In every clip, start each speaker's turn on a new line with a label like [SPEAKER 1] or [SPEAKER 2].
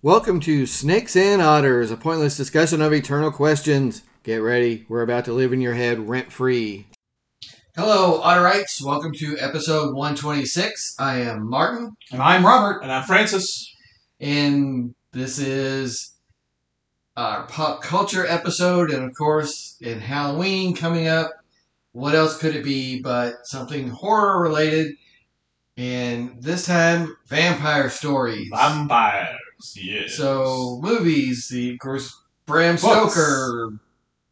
[SPEAKER 1] Welcome to Snakes and Otters, a pointless discussion of eternal questions. Get ready, we're about to live in your head rent free. Hello, Otterites. Welcome to episode 126. I am Martin,
[SPEAKER 2] And I'm Robert.
[SPEAKER 3] And I'm Francis.
[SPEAKER 1] and this is our pop culture episode, and of course, in Halloween coming up. What else could it be but something horror related? And this time, vampire stories.
[SPEAKER 3] Vampires. Yes.
[SPEAKER 1] So movies, the of course Bram
[SPEAKER 2] Books.
[SPEAKER 1] Stoker,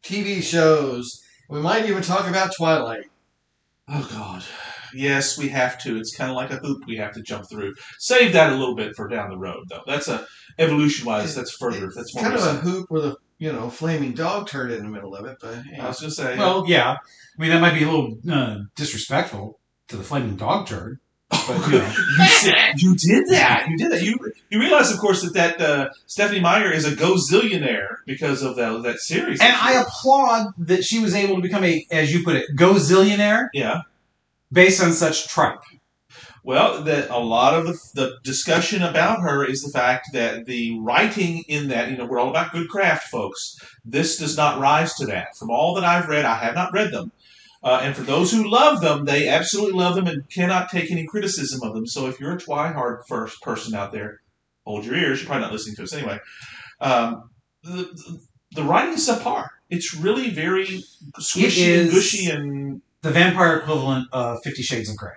[SPEAKER 1] TV shows. We might even talk about Twilight.
[SPEAKER 3] Oh God. Yes, we have to. It's kind of like a hoop we have to jump through. Save that a little bit for down the road, though. That's a evolution-wise. That's further. That's
[SPEAKER 1] It's
[SPEAKER 3] more.
[SPEAKER 1] kind of a
[SPEAKER 3] recent.
[SPEAKER 1] hoop with a you know flaming dog turd in the middle of it, but hey,
[SPEAKER 3] I was gonna say.
[SPEAKER 2] Well, yeah. I mean, that might be a little uh, disrespectful to the flaming dog turd. But, you know,
[SPEAKER 3] you, said- you did that. You did that. You you realize, of course, that that uh, Stephanie Meyer is a gozillionaire because of that that series.
[SPEAKER 2] and I applaud that she was able to become a, as you put it, gozillionaire
[SPEAKER 3] yeah.
[SPEAKER 2] based on such tripe.
[SPEAKER 3] Well, that a lot of the, the discussion about her is the fact that the writing in that, you know, we're all about good craft, folks. This does not rise to that. From all that I've read, I have not read them. Uh, and for those who love them, they absolutely love them and cannot take any criticism of them. So if you're a Twihard first person out there, hold your ears. You're probably not listening to us anyway. Um, the, the writing is subpar. It's really very squishy and
[SPEAKER 2] is-
[SPEAKER 3] gushy and
[SPEAKER 2] The vampire equivalent of Fifty Shades of Grey.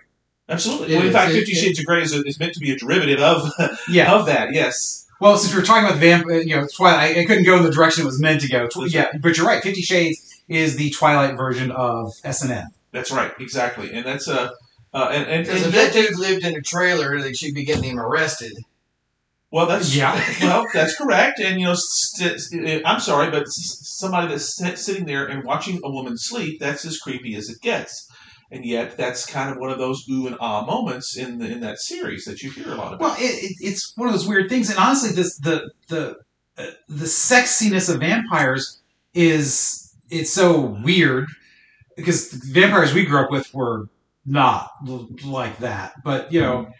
[SPEAKER 3] absolutely.
[SPEAKER 1] It
[SPEAKER 3] Well, in
[SPEAKER 1] is.
[SPEAKER 3] fact,
[SPEAKER 1] It-
[SPEAKER 3] Fifty
[SPEAKER 1] it-
[SPEAKER 3] Shades of Grey is, is meant to be a derivative of
[SPEAKER 2] Yeah.
[SPEAKER 3] of that, yes.
[SPEAKER 2] Well, since we're talking about the vampire, you know, Twilight, I, I couldn't go in the direction it was meant to go. Tw-
[SPEAKER 3] That's
[SPEAKER 2] yeah, but you're right. Fifty Shades is the Twilight version of SNL.
[SPEAKER 3] That's right, exactly. And that's a. Uh, and, and,
[SPEAKER 1] because if
[SPEAKER 3] and
[SPEAKER 1] that dude lived in a trailer, they should be getting him arrested.
[SPEAKER 3] well, that's
[SPEAKER 2] Yeah.
[SPEAKER 3] well, that's correct. And you know, st- st- I'm sorry, but s- somebody that's sit- sitting there and watching a woman sleep—that's as creepy as it gets. And yet, that's kind of one of those ooh and ah moments in the, in that series that you hear a lot about.
[SPEAKER 2] Well, it, it, it's one of those weird things, and honestly, this the the uh, the sexiness of vampires is it's so weird because the vampires we grew up with were not l- like that, but you know.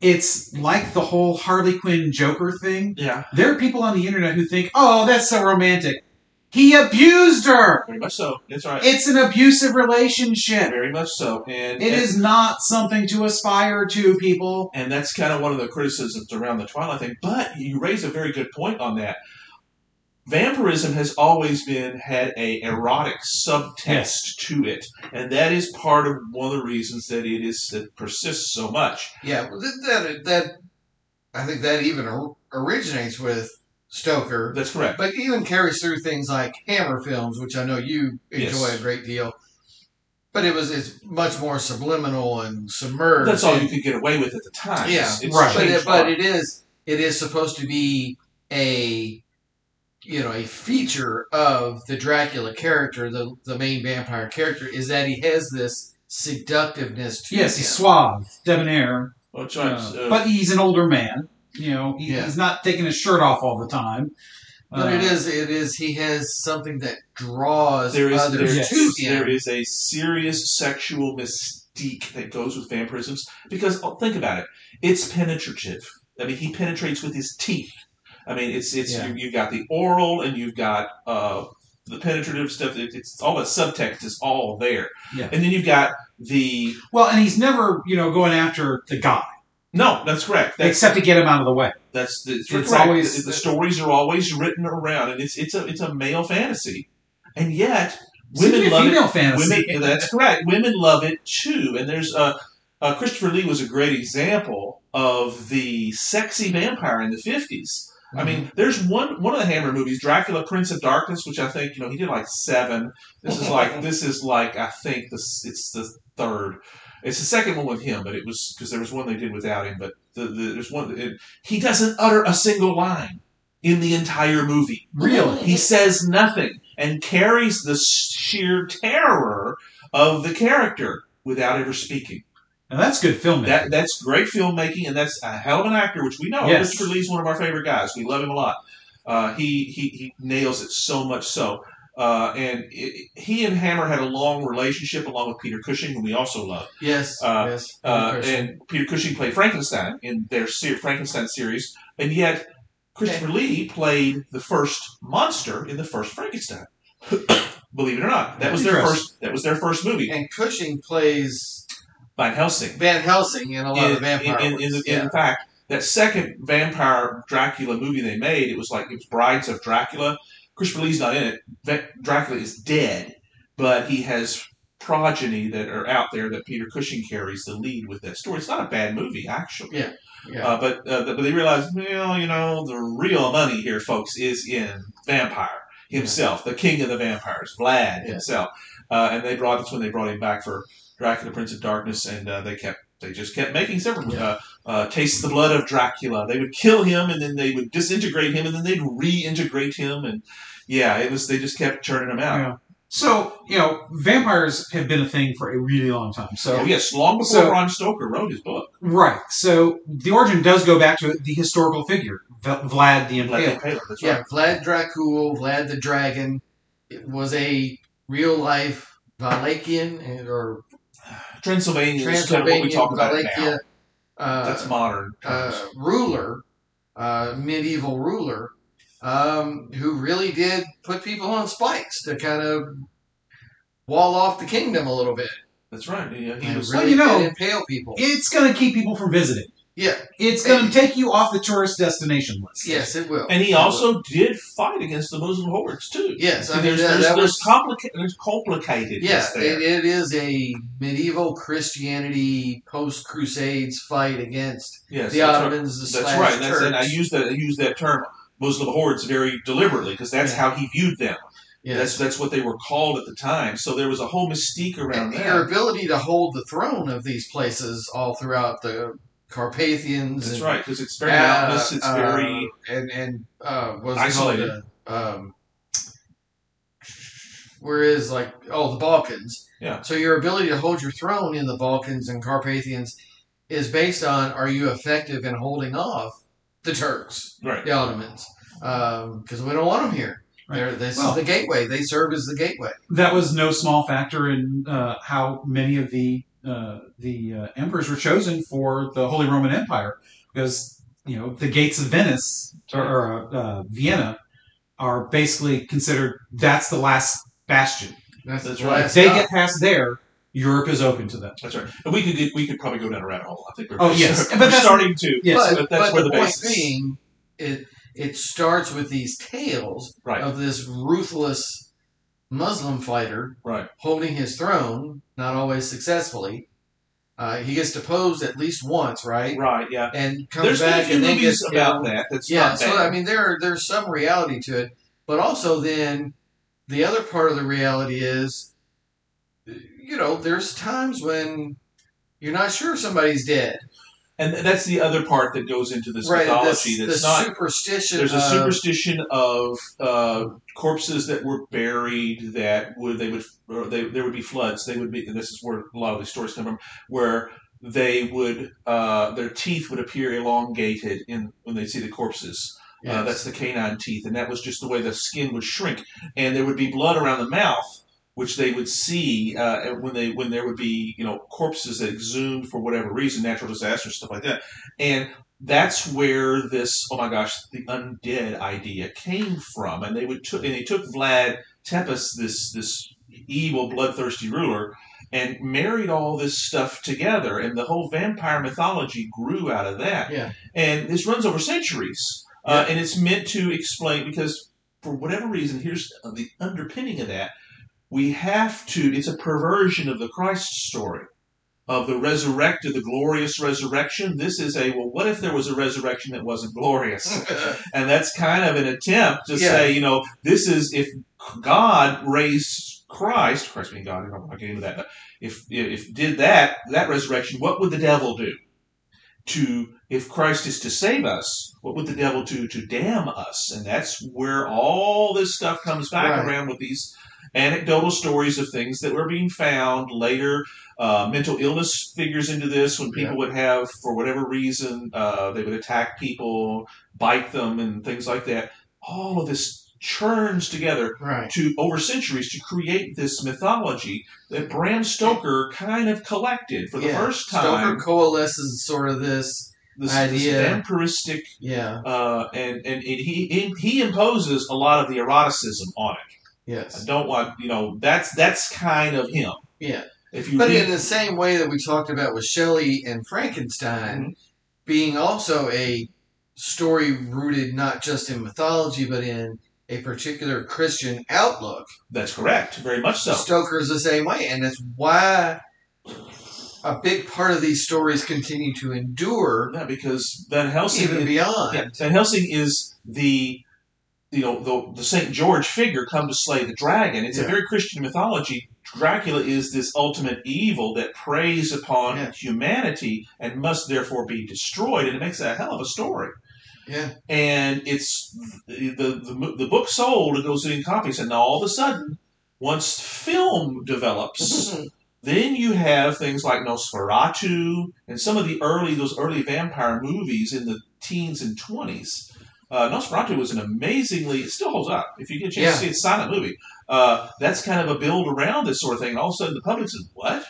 [SPEAKER 2] It's like the whole Harley Quinn Joker thing.
[SPEAKER 3] yeah,
[SPEAKER 2] There are people on the internet who think, "Oh, that's so romantic." He abused her.
[SPEAKER 3] very much so. That's right.
[SPEAKER 2] It's an abusive relationship.
[SPEAKER 3] very much so. And
[SPEAKER 2] It is not something to aspire to, people.
[SPEAKER 3] And that's kind of one of the criticisms around the Twilight thing. But you raise a very good point on that. Vampirism has always been had a erotic subtext
[SPEAKER 2] Yes.
[SPEAKER 3] to it, and that is part of one of the reasons that it is that persists so much.
[SPEAKER 1] Yeah, well, that, that that I think that even or- originates with Stoker,
[SPEAKER 3] That's correct.
[SPEAKER 1] but even carries through things like Hammer films, which I know you enjoy
[SPEAKER 3] Yes.
[SPEAKER 1] a great deal. But it was it's much more subliminal and submerged.
[SPEAKER 3] That's all
[SPEAKER 1] and-
[SPEAKER 3] you could get away with at the time.
[SPEAKER 1] Yeah,
[SPEAKER 3] It's- it's
[SPEAKER 2] right.
[SPEAKER 1] but
[SPEAKER 3] changed
[SPEAKER 1] it, but
[SPEAKER 3] a lot.
[SPEAKER 1] it is it is supposed to be a you know a feature of the Dracula character, the the main vampire character, is that he has this seductiveness to
[SPEAKER 2] Yes,
[SPEAKER 1] him.
[SPEAKER 2] he's suave, debonair,
[SPEAKER 3] Well, it's right,
[SPEAKER 2] Uh,
[SPEAKER 3] so-
[SPEAKER 2] but he's an older man. You know, he,
[SPEAKER 1] Yeah.
[SPEAKER 2] he's not taking his shirt off all the time.
[SPEAKER 1] but
[SPEAKER 2] Uh,
[SPEAKER 1] it is it is he has something that draws
[SPEAKER 3] there is there
[SPEAKER 1] others
[SPEAKER 3] is
[SPEAKER 1] to
[SPEAKER 3] there
[SPEAKER 1] him.
[SPEAKER 3] is a serious sexual mystique that goes with vampirisms because oh, think about it, it's penetrative. I mean, he penetrates with his teeth. I mean, it's it's
[SPEAKER 1] Yeah.
[SPEAKER 3] you, you've got the oral and you've got uh, the penetrative stuff. It, it's all that subtext is all there.
[SPEAKER 2] Yeah.
[SPEAKER 3] And then you've got the
[SPEAKER 2] Well, and he's never, you know, going after the guy
[SPEAKER 3] no, that's correct. That's
[SPEAKER 2] except to get him out of the way.
[SPEAKER 3] that's the,
[SPEAKER 2] It's
[SPEAKER 3] correct.
[SPEAKER 2] always-
[SPEAKER 3] the, the stories are always written around, and it's it's a it's a male fantasy, and yet
[SPEAKER 2] Women
[SPEAKER 3] women love it.
[SPEAKER 2] female fantasy.
[SPEAKER 3] Women, that's correct. Women love it too. And there's uh, uh, Christopher Lee was a great example of the sexy vampire in the 50s. I mean, there's one one of the Hammer movies, Dracula, Prince of Darkness, which I think you know he did like seven. This is like this is like I think this it's the third. It's the second one with him, but it was because there was one they did without him. But the, the, there's one it, he doesn't utter a single line in the entire movie.
[SPEAKER 2] Really?
[SPEAKER 3] He says nothing and carries the sheer terror of the character without ever speaking.
[SPEAKER 2] Now that's good filmmaking.
[SPEAKER 3] That that's great filmmaking, and that's a hell of an actor, which we know.
[SPEAKER 2] Yes.
[SPEAKER 3] Christopher Lee's one of our favorite guys. We love him a lot. Uh, he, he he nails it so much so. Uh, and it, he and Hammer had a long relationship, along with Peter Cushing, who we also love.
[SPEAKER 1] Yes,
[SPEAKER 3] Uh,
[SPEAKER 1] yes.
[SPEAKER 3] Uh,
[SPEAKER 1] Christian.
[SPEAKER 3] and Peter Cushing played Frankenstein in their ser- Frankenstein series, and yet Christopher Lee played the first monster in the first Frankenstein. Believe it or not, that was their
[SPEAKER 2] Interesting.
[SPEAKER 3] first. That was their first movie.
[SPEAKER 1] And Cushing plays
[SPEAKER 3] Van Helsing.
[SPEAKER 1] Van Helsing in a lot of
[SPEAKER 3] in,
[SPEAKER 1] vampire.
[SPEAKER 3] in, in, in,
[SPEAKER 1] ones.
[SPEAKER 3] in fact, that second vampire Dracula movie they made, it was like it was Brides of Dracula. Christopher Lee's not in it. Va- Dracula is dead, but he has progeny that are out there that Peter Cushing carries the lead with that story. It's not a bad movie, actually.
[SPEAKER 1] Yeah, yeah.
[SPEAKER 3] Uh, but uh, but they realized, well, you know, the real money here, folks, is in vampire himself, the king of the vampires, Vlad
[SPEAKER 1] Yeah.
[SPEAKER 3] himself. Uh, and they brought that's when they brought him back for Dracula, Prince of Darkness, and uh, they kept they just kept making several
[SPEAKER 1] Yeah.
[SPEAKER 3] uh, uh, taste the blood of Dracula. They would kill him, and then they would disintegrate him, and then they'd reintegrate him, and yeah, it was they just kept churning him out.
[SPEAKER 2] Yeah. So you know, vampires have been a thing for a really long time. So
[SPEAKER 3] Oh yes, long before
[SPEAKER 2] So-
[SPEAKER 3] Ron Stoker wrote his book.
[SPEAKER 2] right. So the origin does go back to the historical figure V- Vlad the
[SPEAKER 3] Vlad
[SPEAKER 2] Impaler.
[SPEAKER 3] the Impaler, that's
[SPEAKER 1] yeah,
[SPEAKER 3] right.
[SPEAKER 1] Vlad Dracul, Vlad the Dragon, it was a real life Valachian and- or
[SPEAKER 3] Transylvania is kind of what
[SPEAKER 1] Transylvanian
[SPEAKER 3] we talk about it now.
[SPEAKER 1] Valakia uh,
[SPEAKER 3] That's modern. terms.
[SPEAKER 1] uh, ruler, uh, medieval ruler, um, who really did put people on spikes to kind of wall off the kingdom a little bit.
[SPEAKER 3] that's right. Yeah, he
[SPEAKER 1] And
[SPEAKER 3] was.
[SPEAKER 1] really
[SPEAKER 2] you know-
[SPEAKER 1] did impale people.
[SPEAKER 2] It's going to keep people from visiting.
[SPEAKER 1] Yeah,
[SPEAKER 2] It's going to take you off the tourist destination list.
[SPEAKER 1] yes, it will.
[SPEAKER 3] And he also did fight against the Muslim hordes too.
[SPEAKER 1] Yes, I
[SPEAKER 3] And
[SPEAKER 1] mean,
[SPEAKER 3] there's,
[SPEAKER 1] that-
[SPEAKER 3] there's,
[SPEAKER 1] that
[SPEAKER 3] there's
[SPEAKER 1] was-
[SPEAKER 3] complica- there's complicated.
[SPEAKER 1] Yeah,
[SPEAKER 3] there.
[SPEAKER 1] it, it is a medieval Christianity post Crusades fight against
[SPEAKER 3] yes,
[SPEAKER 1] the
[SPEAKER 3] that's right.
[SPEAKER 1] Ottomans, the
[SPEAKER 3] That's
[SPEAKER 1] slash
[SPEAKER 3] right. That's,
[SPEAKER 1] church.
[SPEAKER 3] and I use that I use that term Muslim hordes very deliberately because that's
[SPEAKER 1] Yeah.
[SPEAKER 3] how he viewed them.
[SPEAKER 1] yeah.
[SPEAKER 3] That's that's what they were called at the time. So there was a whole mystique around
[SPEAKER 1] and
[SPEAKER 3] that.
[SPEAKER 1] their ability to hold the throne of these places all throughout the Carpathians
[SPEAKER 3] That's
[SPEAKER 1] and
[SPEAKER 3] right because it's very
[SPEAKER 1] Uh,
[SPEAKER 3] mountainous. It's
[SPEAKER 1] uh,
[SPEAKER 3] very
[SPEAKER 1] and and uh, what's
[SPEAKER 3] Isolated.
[SPEAKER 1] It called? Uh, um, where is like oh the Balkans?
[SPEAKER 3] Yeah.
[SPEAKER 1] So your ability to hold your throne in the Balkans and Carpathians is based on are you effective in holding off the Turks,
[SPEAKER 3] right.
[SPEAKER 1] the Ottomans, because we don't want them here.
[SPEAKER 2] Right.
[SPEAKER 1] They're, this
[SPEAKER 2] Well-
[SPEAKER 1] is the gateway. They serve as the gateway.
[SPEAKER 2] that was no small factor in uh, how many of the uh, the uh, emperors were chosen for the Holy Roman Empire, because you know the gates of Venice or, or uh, Vienna are basically considered that's the last bastion.
[SPEAKER 1] That's,
[SPEAKER 3] That's
[SPEAKER 1] the
[SPEAKER 3] right.
[SPEAKER 2] If
[SPEAKER 1] last
[SPEAKER 2] they
[SPEAKER 1] stop.
[SPEAKER 2] get past there, Europe is open to them.
[SPEAKER 3] That's right. And we could get, we could probably go down a rabbit hole. I think we're,
[SPEAKER 2] Oh, yes. But
[SPEAKER 3] we're
[SPEAKER 2] that's-
[SPEAKER 3] starting to
[SPEAKER 2] Yes,
[SPEAKER 3] but that's where the
[SPEAKER 1] point
[SPEAKER 3] basis-
[SPEAKER 1] being, it it starts with these tales
[SPEAKER 3] right
[SPEAKER 1] of this ruthless Muslim fighter
[SPEAKER 3] right
[SPEAKER 1] holding his throne, not always successfully. Uh, he gets deposed at least once, right?
[SPEAKER 3] right yeah.
[SPEAKER 1] And comes
[SPEAKER 3] There's been a
[SPEAKER 1] back
[SPEAKER 3] few
[SPEAKER 1] and then
[SPEAKER 3] movies
[SPEAKER 1] gets
[SPEAKER 3] about
[SPEAKER 1] killed.
[SPEAKER 3] that. That's
[SPEAKER 1] Yeah,
[SPEAKER 3] not
[SPEAKER 1] so
[SPEAKER 3] bad.
[SPEAKER 1] I mean, there there's some reality to it, but also then the other part of the reality is, you know, there's times when you're not sure if somebody's dead.
[SPEAKER 3] and that's the other part that goes into this
[SPEAKER 1] right?
[SPEAKER 3] mythology.
[SPEAKER 1] This, uh, the
[SPEAKER 3] that's not
[SPEAKER 1] superstition.
[SPEAKER 3] There's a
[SPEAKER 1] of-
[SPEAKER 3] superstition of uh, corpses that were buried that would they would or they, there would be floods. They would be, and this is where a lot of these stories come from, where they would uh, their teeth would appear elongated in when they see the corpses. Uh,
[SPEAKER 1] Yes.
[SPEAKER 3] that's the canine teeth, and that was just the way the skin would shrink, and there would be blood around the mouth, which they would see uh, when they when there would be you know corpses that exhumed for whatever reason, natural disasters, stuff like that, and that's where this oh my gosh the undead idea came from, and they would took and they took Vlad Tepes this this evil bloodthirsty ruler. And married all this stuff together, and the whole vampire mythology grew out of that.
[SPEAKER 1] Yeah.
[SPEAKER 3] And this runs over centuries. Uh, and it's meant to explain because for whatever reason, here's the underpinning of that. We have to. It's a perversion of the Christ story, of the resurrected, the glorious resurrection. This is a well. What if there was a resurrection that wasn't glorious? and that's kind of an attempt to
[SPEAKER 1] Hmm. Yeah.
[SPEAKER 3] say, you know, this is if God raised Christ, Christ being God, I don't want to get into that, but if if did that that resurrection, what would the devil do? To if Christ is to save us, what would the devil do to damn us? And that's where all this stuff comes back
[SPEAKER 1] Right.
[SPEAKER 3] around with these anecdotal stories of things that were being found later. Uh, mental illness figures into this when people would have, for whatever reason, uh, they would attack people bite them and things like that. All of this churns together
[SPEAKER 1] right.
[SPEAKER 3] to over centuries to create this mythology that Bram Stoker kind of collected for the
[SPEAKER 1] Yeah.
[SPEAKER 3] first time.
[SPEAKER 1] Stoker coalesces sort of this
[SPEAKER 3] this,
[SPEAKER 1] Idea.
[SPEAKER 3] this vampiristic
[SPEAKER 1] Yeah.
[SPEAKER 3] uh, and and, and he, he he imposes a lot of the eroticism on it. I
[SPEAKER 1] Yes.
[SPEAKER 3] don't want you know that's that's kind of him.
[SPEAKER 1] Yeah.
[SPEAKER 3] If you
[SPEAKER 1] But
[SPEAKER 3] read-
[SPEAKER 1] in the same way that we talked about with Shelley and Frankenstein
[SPEAKER 3] Mm-hmm.
[SPEAKER 1] being also a story rooted not just in mythology but in a particular Christian outlook.
[SPEAKER 3] that's correct, very much so.
[SPEAKER 1] Stoker's the same way, and that's why a big part of these stories continue to endure
[SPEAKER 3] Yeah, because Van Helsing
[SPEAKER 1] even beyond.
[SPEAKER 3] yeah, Van Helsing is the you know the the Saint George figure come to slay the dragon. It's a
[SPEAKER 1] Yeah.
[SPEAKER 3] very Christian mythology. Dracula is this ultimate evil that preys upon
[SPEAKER 1] Yeah.
[SPEAKER 3] humanity and must therefore be destroyed, and it makes a hell of a story.
[SPEAKER 1] Yeah.
[SPEAKER 3] and it's the the, the book sold it goes in copies and now all of a sudden once film develops then you have things like nosferatu and some of the early those early vampire movies in the teens and 20s uh, nosferatu was an amazingly it still holds up if you get a chance
[SPEAKER 1] Yeah.
[SPEAKER 3] to see it, it's a silent movie uh, that's kind of a build around this sort of thing and all of a sudden the public says what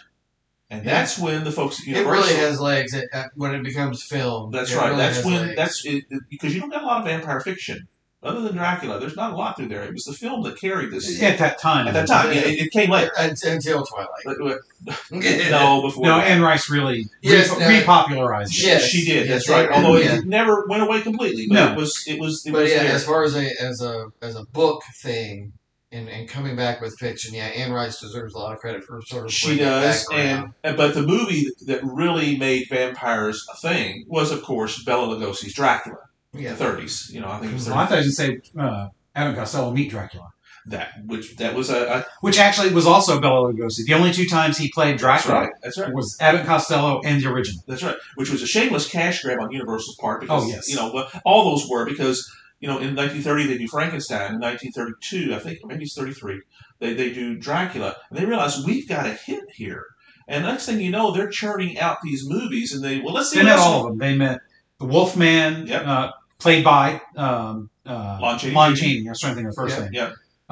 [SPEAKER 3] and
[SPEAKER 1] Yeah.
[SPEAKER 3] that's when the folks at
[SPEAKER 1] It
[SPEAKER 3] Universal
[SPEAKER 1] really has legs it- uh, when it becomes film.
[SPEAKER 3] that's
[SPEAKER 1] it
[SPEAKER 3] right.
[SPEAKER 1] really
[SPEAKER 3] That's
[SPEAKER 1] has
[SPEAKER 3] when
[SPEAKER 1] legs.
[SPEAKER 3] that's it, because you don't got a lot of vampire fiction other than Dracula. There's not a lot through there. It was the film that carried this
[SPEAKER 2] at that time.
[SPEAKER 3] at that time. Yeah, it, it came later.
[SPEAKER 1] Un- until Twilight.
[SPEAKER 3] But, uh,
[SPEAKER 1] no.
[SPEAKER 3] No, before
[SPEAKER 2] No,
[SPEAKER 3] that.
[SPEAKER 2] Anne Rice really
[SPEAKER 1] Yes,
[SPEAKER 2] repo-
[SPEAKER 1] no.
[SPEAKER 2] repopularized it.
[SPEAKER 1] Yeah. Yes,
[SPEAKER 3] she did.
[SPEAKER 1] yes,
[SPEAKER 3] that's right.
[SPEAKER 1] it-
[SPEAKER 3] Although
[SPEAKER 1] yeah.
[SPEAKER 3] it never went away completely. But
[SPEAKER 2] No.
[SPEAKER 3] it was it was it
[SPEAKER 1] But
[SPEAKER 3] was
[SPEAKER 1] yeah,
[SPEAKER 3] there.
[SPEAKER 1] as far as a as a as a book thing and, and coming back with fiction, yeah, Anne Rice deserves a lot of credit for sort of
[SPEAKER 3] She
[SPEAKER 1] bringing it
[SPEAKER 3] does,
[SPEAKER 1] back around.
[SPEAKER 3] and and- but the movie that really made vampires a thing was, of course, Bela Lugosi's Dracula in
[SPEAKER 1] yeah,
[SPEAKER 3] the 30s. You know, I think it was
[SPEAKER 2] Well, I
[SPEAKER 3] 30,
[SPEAKER 2] thought you would say uh, Adam Costello meet Dracula,
[SPEAKER 3] that which that was a, a
[SPEAKER 2] which actually was also Bela Lugosi. The only two times he played
[SPEAKER 3] that's
[SPEAKER 2] Dracula
[SPEAKER 3] right. That's right.
[SPEAKER 2] was Abbott Costello and the original.
[SPEAKER 3] That's right. Which was a shameless cash grab on Universal's part because
[SPEAKER 2] Oh, yes.
[SPEAKER 3] you know well, all those were because you know in 1930 they do Frankenstein, in 1932 I think or maybe it's 33 they they do Dracula, and they realize we've got a hit here. And next thing you know, they're churning out these movies, and they well let's see
[SPEAKER 2] They
[SPEAKER 3] what
[SPEAKER 2] met
[SPEAKER 3] else
[SPEAKER 2] all of them. They met the Wolfman,
[SPEAKER 3] Yep.
[SPEAKER 2] uh, played by um, uh,
[SPEAKER 3] Lon Chaney.
[SPEAKER 2] Lon Chaney. I was trying to think of the first
[SPEAKER 1] Yep.
[SPEAKER 2] name.
[SPEAKER 3] Yep.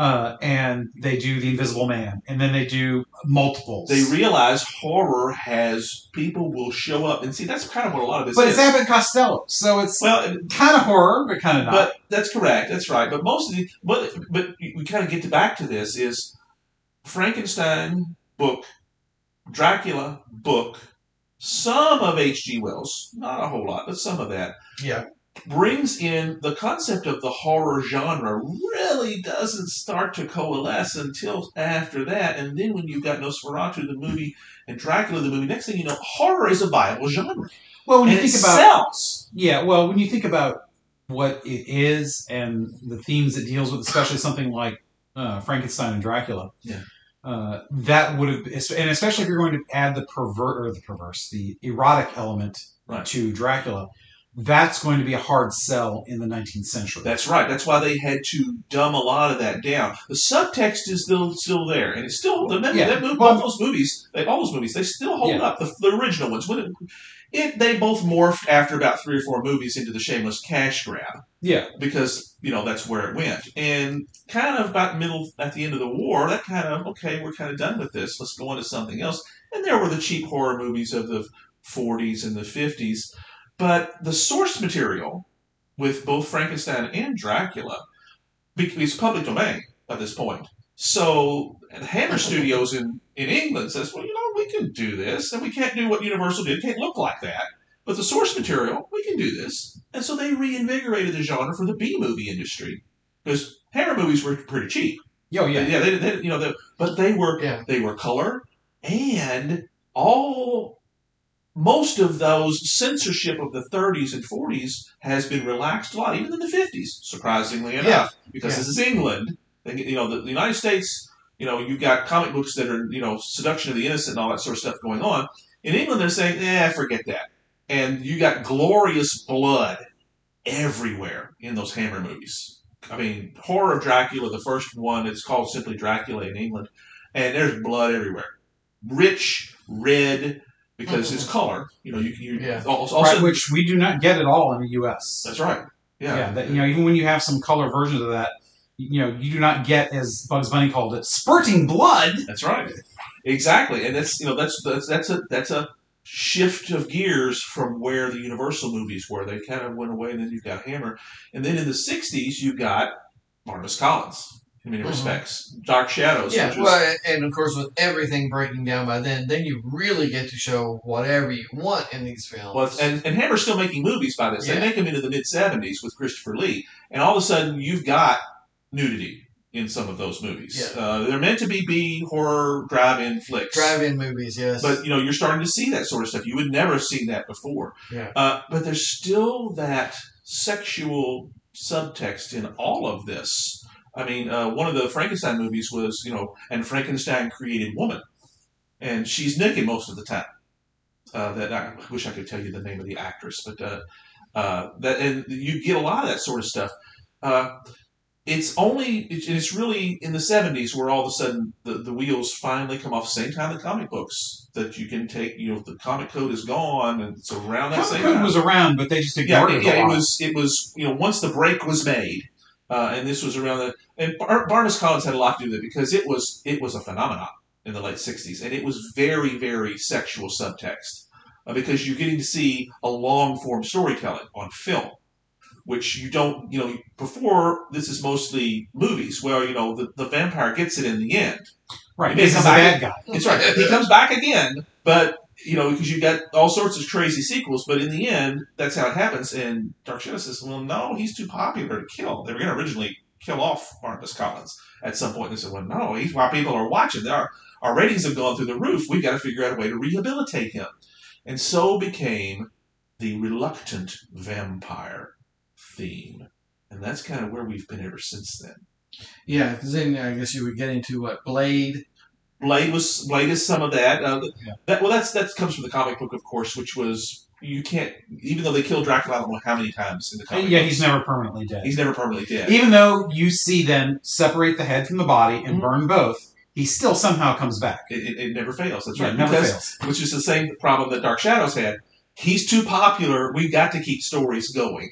[SPEAKER 2] Uh, and they do the Invisible Man, and then they do multiples.
[SPEAKER 3] they realize horror has people will show up, and see that's kind of what a lot of this
[SPEAKER 2] but
[SPEAKER 3] is.
[SPEAKER 2] it's Abbott Costello, so it's
[SPEAKER 3] well,
[SPEAKER 2] kind of horror, but kind of not.
[SPEAKER 3] But that's correct. That's right. But most of the but but we kind of get to back to this is Frankenstein book, Dracula book, some of H.G. Wells, not a whole lot, but some of that
[SPEAKER 1] yeah,
[SPEAKER 3] brings in the concept of the horror genre really doesn't start to coalesce until after that and then when you've got nosferatu the movie and dracula the movie next thing you know horror is a viable genre
[SPEAKER 2] well, when
[SPEAKER 3] and
[SPEAKER 2] you
[SPEAKER 3] it
[SPEAKER 2] think about
[SPEAKER 3] sells
[SPEAKER 2] Yeah, well, when you think about what it is and the themes it deals with, especially something like uh, Frankenstein and Dracula,
[SPEAKER 3] Yeah.
[SPEAKER 2] uh, that would have, and especially if you're going to add the pervert or the perverse, the erotic element
[SPEAKER 3] Right.
[SPEAKER 2] to Dracula, that's going to be a hard sell in the 19th century.
[SPEAKER 3] That's right. That's why they had to dumb a lot of that down. The subtext is still still there, and it's still the
[SPEAKER 2] Yeah.
[SPEAKER 3] that movie,
[SPEAKER 2] Well-
[SPEAKER 3] both those movies, they, all those movies, they still hold
[SPEAKER 2] Yeah.
[SPEAKER 3] up. The, the original ones, when it, it they both morphed after about three or four movies into the shameless cash grab
[SPEAKER 2] yeah,
[SPEAKER 3] because you know that's where it went. And kind of about middle at the end of the war, that kind of okay, we're kind of done with this. Let's go on to something else. And there were the cheap horror movies of the 40s and the 50s, but the source material with both Frankenstein and Dracula be- is public domain by this point. So and Hammer Studios in, in England says, well, you know, we can do this, and we can't do what Universal did. It can't look like that. But the source material, we can do this. And so they reinvigorated the genre for the B movie industry because Hammer movies were pretty cheap.
[SPEAKER 2] oh
[SPEAKER 3] Yeah,
[SPEAKER 2] yeah,
[SPEAKER 3] they, they, you know, they, but they were
[SPEAKER 1] yeah.
[SPEAKER 3] they were color and all most of those censorship of the 30s and 40s has been relaxed a lot even in the 50s surprisingly enough because
[SPEAKER 1] Yeah.
[SPEAKER 3] this is england They get- you know the, the united states you know you've got comic books that are you know seduction of the innocent and all that sort of stuff going on in england they're saying eh forget that and you got glorious blood everywhere in those hammer movies i mean horror of dracula the first one it's called simply dracula in england and there's blood everywhere. Rich red because it's color. You know, you can. You,
[SPEAKER 1] Yeah.
[SPEAKER 3] Also,
[SPEAKER 2] right, which we do not get at all in the U.S.
[SPEAKER 3] that's right. Yeah.
[SPEAKER 2] that, you know, even when you have some color versions of that, you know, you do not get, as Bugs Bunny called it, spurting blood.
[SPEAKER 3] That's right. Exactly, and that's you know that's that's that's a that's a shift of gears from where the Universal movies were. They kind of went away, and then you've got Hammer, and then in the '60s you got Marvis Collins. In many
[SPEAKER 1] Mhm.
[SPEAKER 3] respects, Dark Shadows.
[SPEAKER 1] Yeah,
[SPEAKER 3] which was-
[SPEAKER 1] well, and of course, with everything breaking down by then, then you really get to show whatever you want in these films.
[SPEAKER 3] Well, and, and Hammer's still making movies by this. They
[SPEAKER 1] Yeah.
[SPEAKER 3] make them into the mid 70s with Christopher Lee. And all of a sudden, you've got nudity in some of those movies. Uh, they're meant to be B horror drive in flicks.
[SPEAKER 1] drive-in movies, yes.
[SPEAKER 3] But, you know, you're starting to see that sort of stuff. You would never have seen that before.
[SPEAKER 1] Yeah.
[SPEAKER 3] Uh, but there's still that sexual subtext in all of this. I mean, uh, one of the Frankenstein movies was, you know, and Frankenstein created woman. And she's naked most of the time. Uh, that I wish I could tell you the name of the actress, but uh, uh, that and you get a lot of that sort of stuff. Uh, it's only it's it's really in the '70s where all of a sudden the, the wheels finally come off. Same time the comic books that you can take. You know, the comic code is gone, and it's around that
[SPEAKER 2] Comic
[SPEAKER 3] same
[SPEAKER 2] Code
[SPEAKER 3] time.
[SPEAKER 2] was around, but they just
[SPEAKER 3] yeah,
[SPEAKER 2] ignored
[SPEAKER 3] it,
[SPEAKER 2] it.
[SPEAKER 3] yeah,
[SPEAKER 2] a
[SPEAKER 3] it
[SPEAKER 2] lot.
[SPEAKER 3] was. It was. You know, once the break was made, uh, and this was around the and Bar- Barnes Collins had a lot to do with it because it was it was a phenomenon in the late '60s, and it was very very sexual subtext uh, because you're getting to see a long form storytelling on film. Which you don't, you know, before this is mostly movies. Well, you know, the, the vampire gets it in the end.
[SPEAKER 2] right.
[SPEAKER 3] They
[SPEAKER 2] This is a
[SPEAKER 3] come back-
[SPEAKER 2] bad guy.
[SPEAKER 3] It's right. He comes back again, but you know, because you've got all sorts of crazy sequels, but in the end, that's how it happens. And Dark Shadow says, Well, no, he's too popular to kill. They were gonna originally kill off Marcus Collins at some point. They said, Well, no, he's why people are watching. Our our ratings have gone through the roof. We've got to figure out a way to rehabilitate him. And so became the reluctant vampire theme. And that's kind of where we've been ever since then.
[SPEAKER 1] yeah, because then I guess you would get into what Blade.
[SPEAKER 3] Blade was Blade is some of that. Uh, th- that well, that's that comes from the comic book, of course, which was you can't even though they killed Dracula, I don't know how many times in the comic.
[SPEAKER 2] Yeah,
[SPEAKER 3] book,
[SPEAKER 2] he's never permanently dead.
[SPEAKER 3] he's never permanently dead.
[SPEAKER 2] Even though you see them separate the head from the body and
[SPEAKER 3] Mhm.
[SPEAKER 2] burn both, he still somehow comes back.
[SPEAKER 3] It, it, it never fails. That's
[SPEAKER 2] Yeah,
[SPEAKER 3] right.
[SPEAKER 2] never
[SPEAKER 3] because,
[SPEAKER 2] fails.
[SPEAKER 3] Which is the same problem that Dark Shadows had. He's too popular. We've got to keep stories going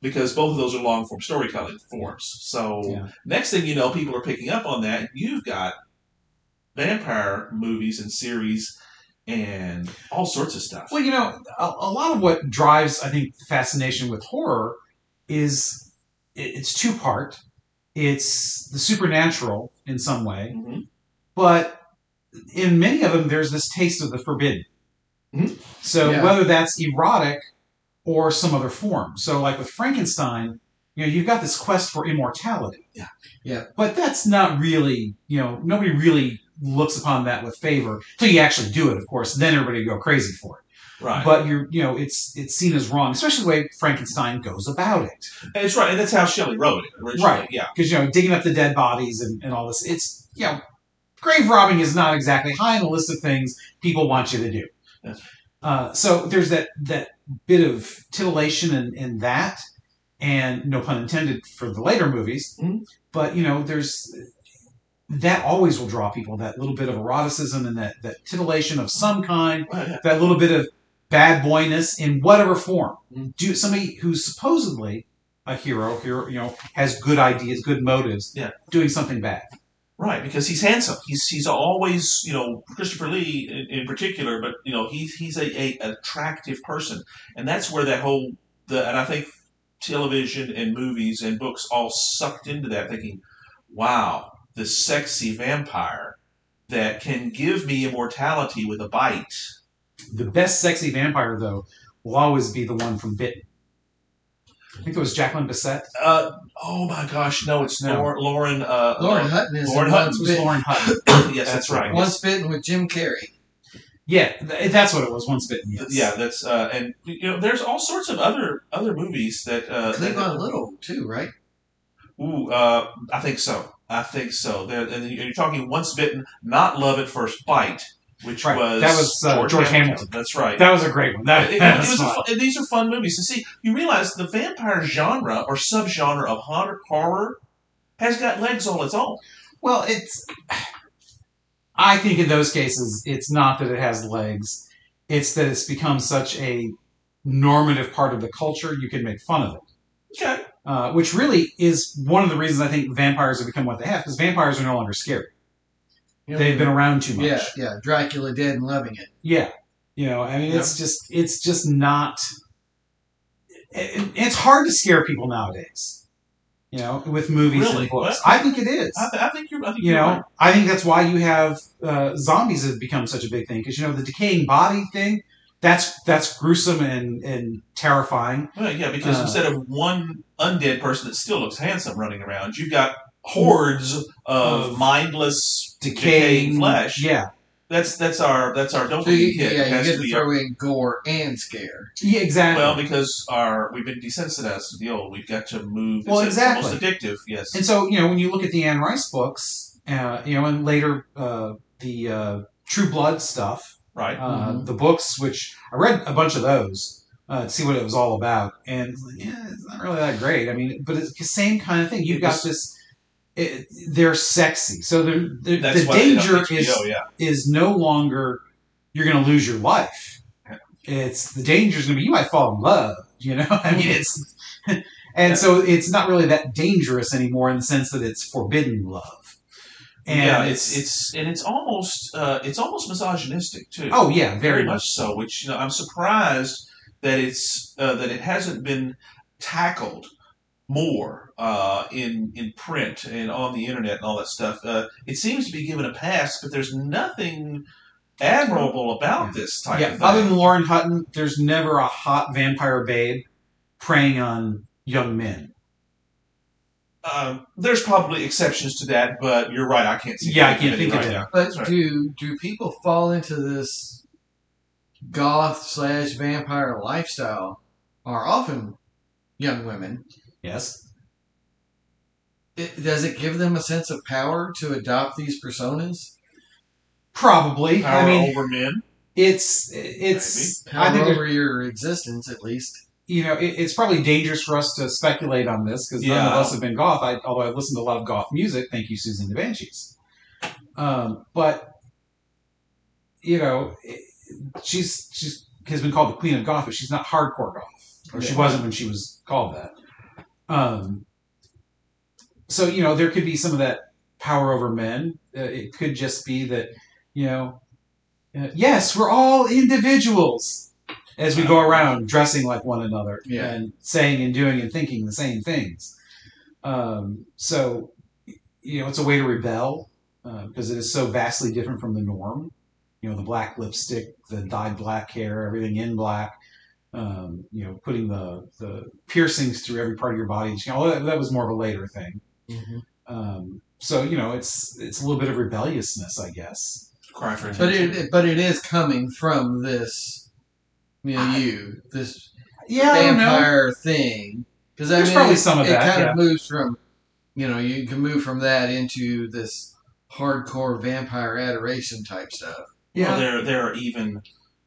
[SPEAKER 3] because both of those are long form storytelling forms. So
[SPEAKER 2] Yeah.
[SPEAKER 3] next thing you know, people are picking up on that. You've got vampire movies and series and all sorts of stuff.
[SPEAKER 2] Well, you know, a, a lot of what drives, I think, the fascination with horror is it, it's two part. It's the supernatural in some way,
[SPEAKER 3] Mhm.
[SPEAKER 2] but in many of them, there's this taste of the forbidden.
[SPEAKER 3] Mhm.
[SPEAKER 2] So
[SPEAKER 1] Hmm? Yeah.
[SPEAKER 2] whether that's erotic or some other form. So like with Frankenstein, you know, you've got this quest for immortality.
[SPEAKER 3] Yeah.
[SPEAKER 1] Yeah.
[SPEAKER 2] But that's not really, you know, nobody really looks upon that with favor till you actually do it, of course. Then everybody go crazy for it
[SPEAKER 3] Right.
[SPEAKER 2] but you're you know it's it's seen as wrong especially the way frankenstein goes about it
[SPEAKER 3] And it's right, and that's how Shelley wrote it originally.
[SPEAKER 2] Right.
[SPEAKER 3] Yeah.
[SPEAKER 2] because you know digging up the dead bodies and, and all this it's you know grave robbing is not exactly high on the list of things people want you to do
[SPEAKER 3] Yeah.
[SPEAKER 2] uh, so there's that that bit of titillation in, in that and no pun intended for the later movies
[SPEAKER 3] Mhm.
[SPEAKER 2] but you know there's that always will draw people that little bit of eroticism and that, that titillation of some kind
[SPEAKER 3] Oh, yeah.
[SPEAKER 2] that little bit of bad boyness in whatever form.
[SPEAKER 3] Mm.
[SPEAKER 2] Do somebody who's supposedly a hero, hero, you know, has good ideas, good motives,
[SPEAKER 3] Yeah.
[SPEAKER 2] doing something bad.
[SPEAKER 3] Right, because he's handsome. He's he's always you know Christopher Lee in, in particular, but you know he's he's a, a attractive person, and that's where that whole the and I think television and movies and books all sucked into that, thinking, wow, this sexy vampire that can give me immortality with a bite.
[SPEAKER 2] The best sexy vampire, though, will always be the one from Bitten. I think it was Jacqueline Bisset.
[SPEAKER 3] Uh, oh my gosh, no, it's
[SPEAKER 2] No.
[SPEAKER 3] Laur- Lauren. Uh,
[SPEAKER 1] Lauren Hutton is
[SPEAKER 3] Lauren
[SPEAKER 1] in
[SPEAKER 3] Hutton
[SPEAKER 2] It
[SPEAKER 1] Once
[SPEAKER 2] was
[SPEAKER 1] Bitten,
[SPEAKER 2] Lauren Hutton.
[SPEAKER 3] yes, that's right.
[SPEAKER 1] Once Bitten with Jim Carrey.
[SPEAKER 2] Yeah, th- that's what it was. Once bitten. Yes.
[SPEAKER 3] Yeah, that's uh, and you know, there's all sorts of other other movies that uh, that-
[SPEAKER 1] Cleavon Little too, right?
[SPEAKER 3] Ooh, uh, I think so. I think so. There, and you're talking once bitten, not love at first bite, which
[SPEAKER 2] Right.
[SPEAKER 3] was
[SPEAKER 2] That was, uh, George Hamilton.
[SPEAKER 3] That's right.
[SPEAKER 2] that was a great one. That,
[SPEAKER 3] It-
[SPEAKER 2] that
[SPEAKER 3] it
[SPEAKER 2] was
[SPEAKER 3] was a
[SPEAKER 2] fun.
[SPEAKER 3] fu- and these are fun movies. And see, you realize the vampire genre or subgenre of horror, horror has got legs all its own.
[SPEAKER 2] Well, it's. I think in those cases, it's not that it has legs. It's that it's become such a normative part of the culture, you can make fun of it.
[SPEAKER 3] Okay.
[SPEAKER 2] Uh, which really is one of the reasons I think vampires have become what they have, because vampires are no longer scary. They've been around too much.
[SPEAKER 1] Yeah, yeah. Dracula dead and loving it.
[SPEAKER 2] Yeah. You know, I mean, it's just it's just not. It, it- it's hard to scare people nowadays. You know, with movies
[SPEAKER 3] Really?
[SPEAKER 2] and books,
[SPEAKER 3] What?
[SPEAKER 2] I think it is.
[SPEAKER 3] I, th- I think you're. I think
[SPEAKER 2] You
[SPEAKER 3] you're
[SPEAKER 2] know,
[SPEAKER 3] right.
[SPEAKER 2] I think that's why you have uh, zombies have become such a big thing because you know the decaying body thing. That's that's gruesome and and terrifying.
[SPEAKER 3] Well, yeah, because
[SPEAKER 2] Uh,
[SPEAKER 3] instead of one undead person that still looks handsome running around, you've got hordes of
[SPEAKER 2] Of
[SPEAKER 3] mindless
[SPEAKER 2] Decaying,
[SPEAKER 3] flesh.
[SPEAKER 2] Yeah,
[SPEAKER 3] That's that's our that's our
[SPEAKER 1] So you,
[SPEAKER 3] dopamine hit. It
[SPEAKER 1] yeah, you
[SPEAKER 3] has
[SPEAKER 1] get
[SPEAKER 3] to
[SPEAKER 1] to
[SPEAKER 3] be
[SPEAKER 1] throw in gore and scare.
[SPEAKER 2] yeah, exactly.
[SPEAKER 3] well because our we've been desensitized to the old. We've got to move.
[SPEAKER 2] Well,
[SPEAKER 3] it's,
[SPEAKER 2] exactly.
[SPEAKER 3] It's almost addictive. Yes.
[SPEAKER 2] And so, you know, when you look at the Anne Rice books, uh, you know, and later uh, the uh, True Blood stuff,
[SPEAKER 3] right.
[SPEAKER 2] uh,
[SPEAKER 1] Mhm.
[SPEAKER 2] the books, which I read a bunch of those uh, to see what it was all about, and it's like, yeah, it's not really that great. I mean, but it's the same kind of thing. You've got this. It, they're sexy, so they're, they're,
[SPEAKER 3] That's
[SPEAKER 2] the
[SPEAKER 3] why they don't
[SPEAKER 2] danger
[SPEAKER 3] HBO,
[SPEAKER 2] is
[SPEAKER 3] yeah.
[SPEAKER 2] is no longer you're going to lose your life. It's the danger is going to be you might fall in love. You know, I mean, it's and so it's not really that dangerous anymore in the sense that it's forbidden love. And
[SPEAKER 3] yeah,
[SPEAKER 2] it's,
[SPEAKER 3] it's it's and it's almost uh, it's almost misogynistic too.
[SPEAKER 2] oh yeah, very much.
[SPEAKER 3] so. Which you know, I'm surprised that it's uh, that it hasn't been tackled more uh, in in print and on the internet and all that stuff. Uh, it seems to be given a pass, but there's nothing admirable about this type
[SPEAKER 2] Yeah,
[SPEAKER 3] of
[SPEAKER 2] other
[SPEAKER 3] thing.
[SPEAKER 2] than Lauren Hutton, there's never a hot vampire babe preying on young men.
[SPEAKER 3] Um, there's probably exceptions to that, but you're right. I can't see.
[SPEAKER 2] Yeah, I can't
[SPEAKER 3] anybody
[SPEAKER 2] think of
[SPEAKER 3] right
[SPEAKER 2] it.
[SPEAKER 3] now.
[SPEAKER 1] But
[SPEAKER 3] That's right.
[SPEAKER 1] do do people fall into this goth slash vampire lifestyle? Are often young women.
[SPEAKER 2] Yes.
[SPEAKER 1] It, does it give them a sense of power to adopt these personas?
[SPEAKER 2] Probably.
[SPEAKER 3] Power
[SPEAKER 2] I mean,
[SPEAKER 3] over men.
[SPEAKER 2] it's it's. I
[SPEAKER 1] Power
[SPEAKER 2] think there's
[SPEAKER 1] over your existence, at least.
[SPEAKER 2] you know, it, it's probably dangerous for us to speculate on this because none of
[SPEAKER 3] Yeah.
[SPEAKER 2] us have been goth. I, although I've listened to a lot of goth music. Thank you, Susan the Banshees. Um, but you know, it, she's she's has been called the queen of goth, but she's not hardcore goth, or she
[SPEAKER 1] Yeah.
[SPEAKER 2] wasn't when she was called that. Um, so you know, there could be some of that power over men. Uh, it could just be that you know, uh, yes, we're all individuals as we go around um, dressing like one another
[SPEAKER 1] Yeah.
[SPEAKER 2] and saying and doing and thinking the same things. Um, so, you know, it's a way to rebel uh, because it is so vastly different from the norm. You know, the black lipstick, the dyed black hair, everything in black. Um, you know, putting the, the piercings through every part of your body. You know, that, that was more of a later thing. Um, so, you know, it's it's a little bit of rebelliousness, I guess.
[SPEAKER 3] Cry for
[SPEAKER 1] But
[SPEAKER 3] attention.
[SPEAKER 1] it, it- but it is coming from this milieu, this
[SPEAKER 2] Yeah, I don't know.
[SPEAKER 1] vampire thing. Because I
[SPEAKER 2] There's
[SPEAKER 1] mean,
[SPEAKER 2] probably
[SPEAKER 1] it,
[SPEAKER 2] some of
[SPEAKER 1] it
[SPEAKER 2] that,
[SPEAKER 1] kind
[SPEAKER 2] yeah.
[SPEAKER 1] of moves from, you know, you can move from that into this hardcore vampire adoration type stuff.
[SPEAKER 3] Well,
[SPEAKER 2] Yeah,
[SPEAKER 3] there there are even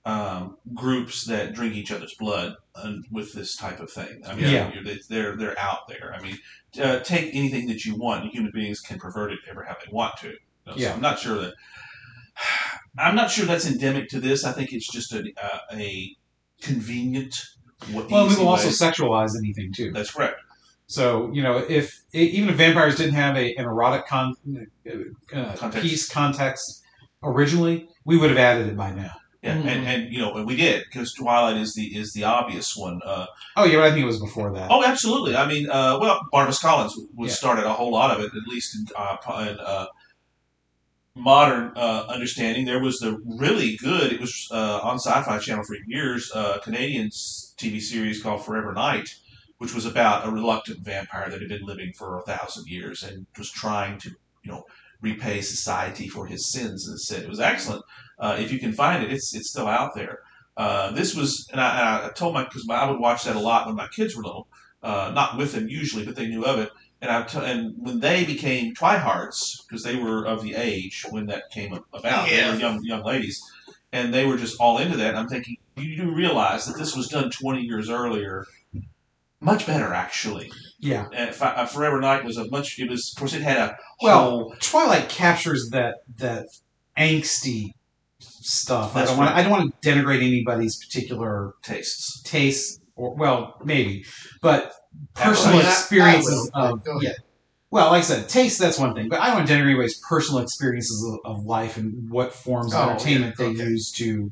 [SPEAKER 3] um, groups that drink each other's blood uh, with this type of thing. I mean,
[SPEAKER 2] Yeah.
[SPEAKER 3] you're, they're they're out there. I mean, uh, take anything that you want. and Human beings can pervert it ever how they want to. You know, so
[SPEAKER 2] Yeah.
[SPEAKER 3] I'm not sure that. I'm not sure that's endemic to this. I think it's just a uh, a convenient. wa-
[SPEAKER 2] well, we
[SPEAKER 3] easy
[SPEAKER 2] will also
[SPEAKER 3] way-
[SPEAKER 2] sexualize anything too.
[SPEAKER 3] That's correct.
[SPEAKER 2] So you know, if e, even if vampires didn't have a, an erotic con, uh,
[SPEAKER 3] Context.
[SPEAKER 2] piece context originally, we would have added it by now.
[SPEAKER 3] Yeah, and,
[SPEAKER 2] Mm-hmm.
[SPEAKER 1] Mhm.
[SPEAKER 3] and you know, and we did because Twilight is the is the obvious one. Uh,
[SPEAKER 2] Oh yeah, but I think it was before that.
[SPEAKER 3] Oh, absolutely. I mean, uh, well, Barnabas Collins was
[SPEAKER 2] Yeah.
[SPEAKER 3] started a whole lot of it, at least in, uh, po- in uh, modern uh, understanding. There was the really good. It was uh, on Sci-Fi Channel for years. Uh, Canadian s- TV series called Forever Night, which was about a reluctant vampire that had been living for a thousand years and was trying to, you know, repay society for his sins. And said it was excellent. Uh, if you can find it, it's it's still out there. Uh, this was, and I, and I told my because I would watch that a lot when my kids were little uh, not with them usually, but they knew of it. And I t- and when they became tryhards, because they were of the age when that came a- about, they
[SPEAKER 1] Yeah.
[SPEAKER 3] were young young ladies, and they were just all into that. And I'm thinking, you do realize that this was done 20 years earlier, much better actually.
[SPEAKER 2] Yeah,
[SPEAKER 3] And Fi- uh, Forever Night was a much. It was, of course, it had a
[SPEAKER 2] Well,
[SPEAKER 3] whole.
[SPEAKER 2] Twilight captures that that angsty stuff.
[SPEAKER 3] That's
[SPEAKER 2] I don't want
[SPEAKER 3] right.
[SPEAKER 2] I don't want to denigrate anybody's particular
[SPEAKER 3] Tastes.
[SPEAKER 2] taste, or well, maybe, but
[SPEAKER 3] I will.
[SPEAKER 2] personal
[SPEAKER 3] I- I will,
[SPEAKER 2] experiences
[SPEAKER 1] but
[SPEAKER 2] of
[SPEAKER 1] go ahead.
[SPEAKER 2] yeah. Well, like I said, taste that's one thing, but I don't want to denigrate anybody's personal experiences of, of life and what forms of
[SPEAKER 1] Oh,
[SPEAKER 2] entertainment
[SPEAKER 1] yeah,
[SPEAKER 2] they
[SPEAKER 1] okay.
[SPEAKER 2] use to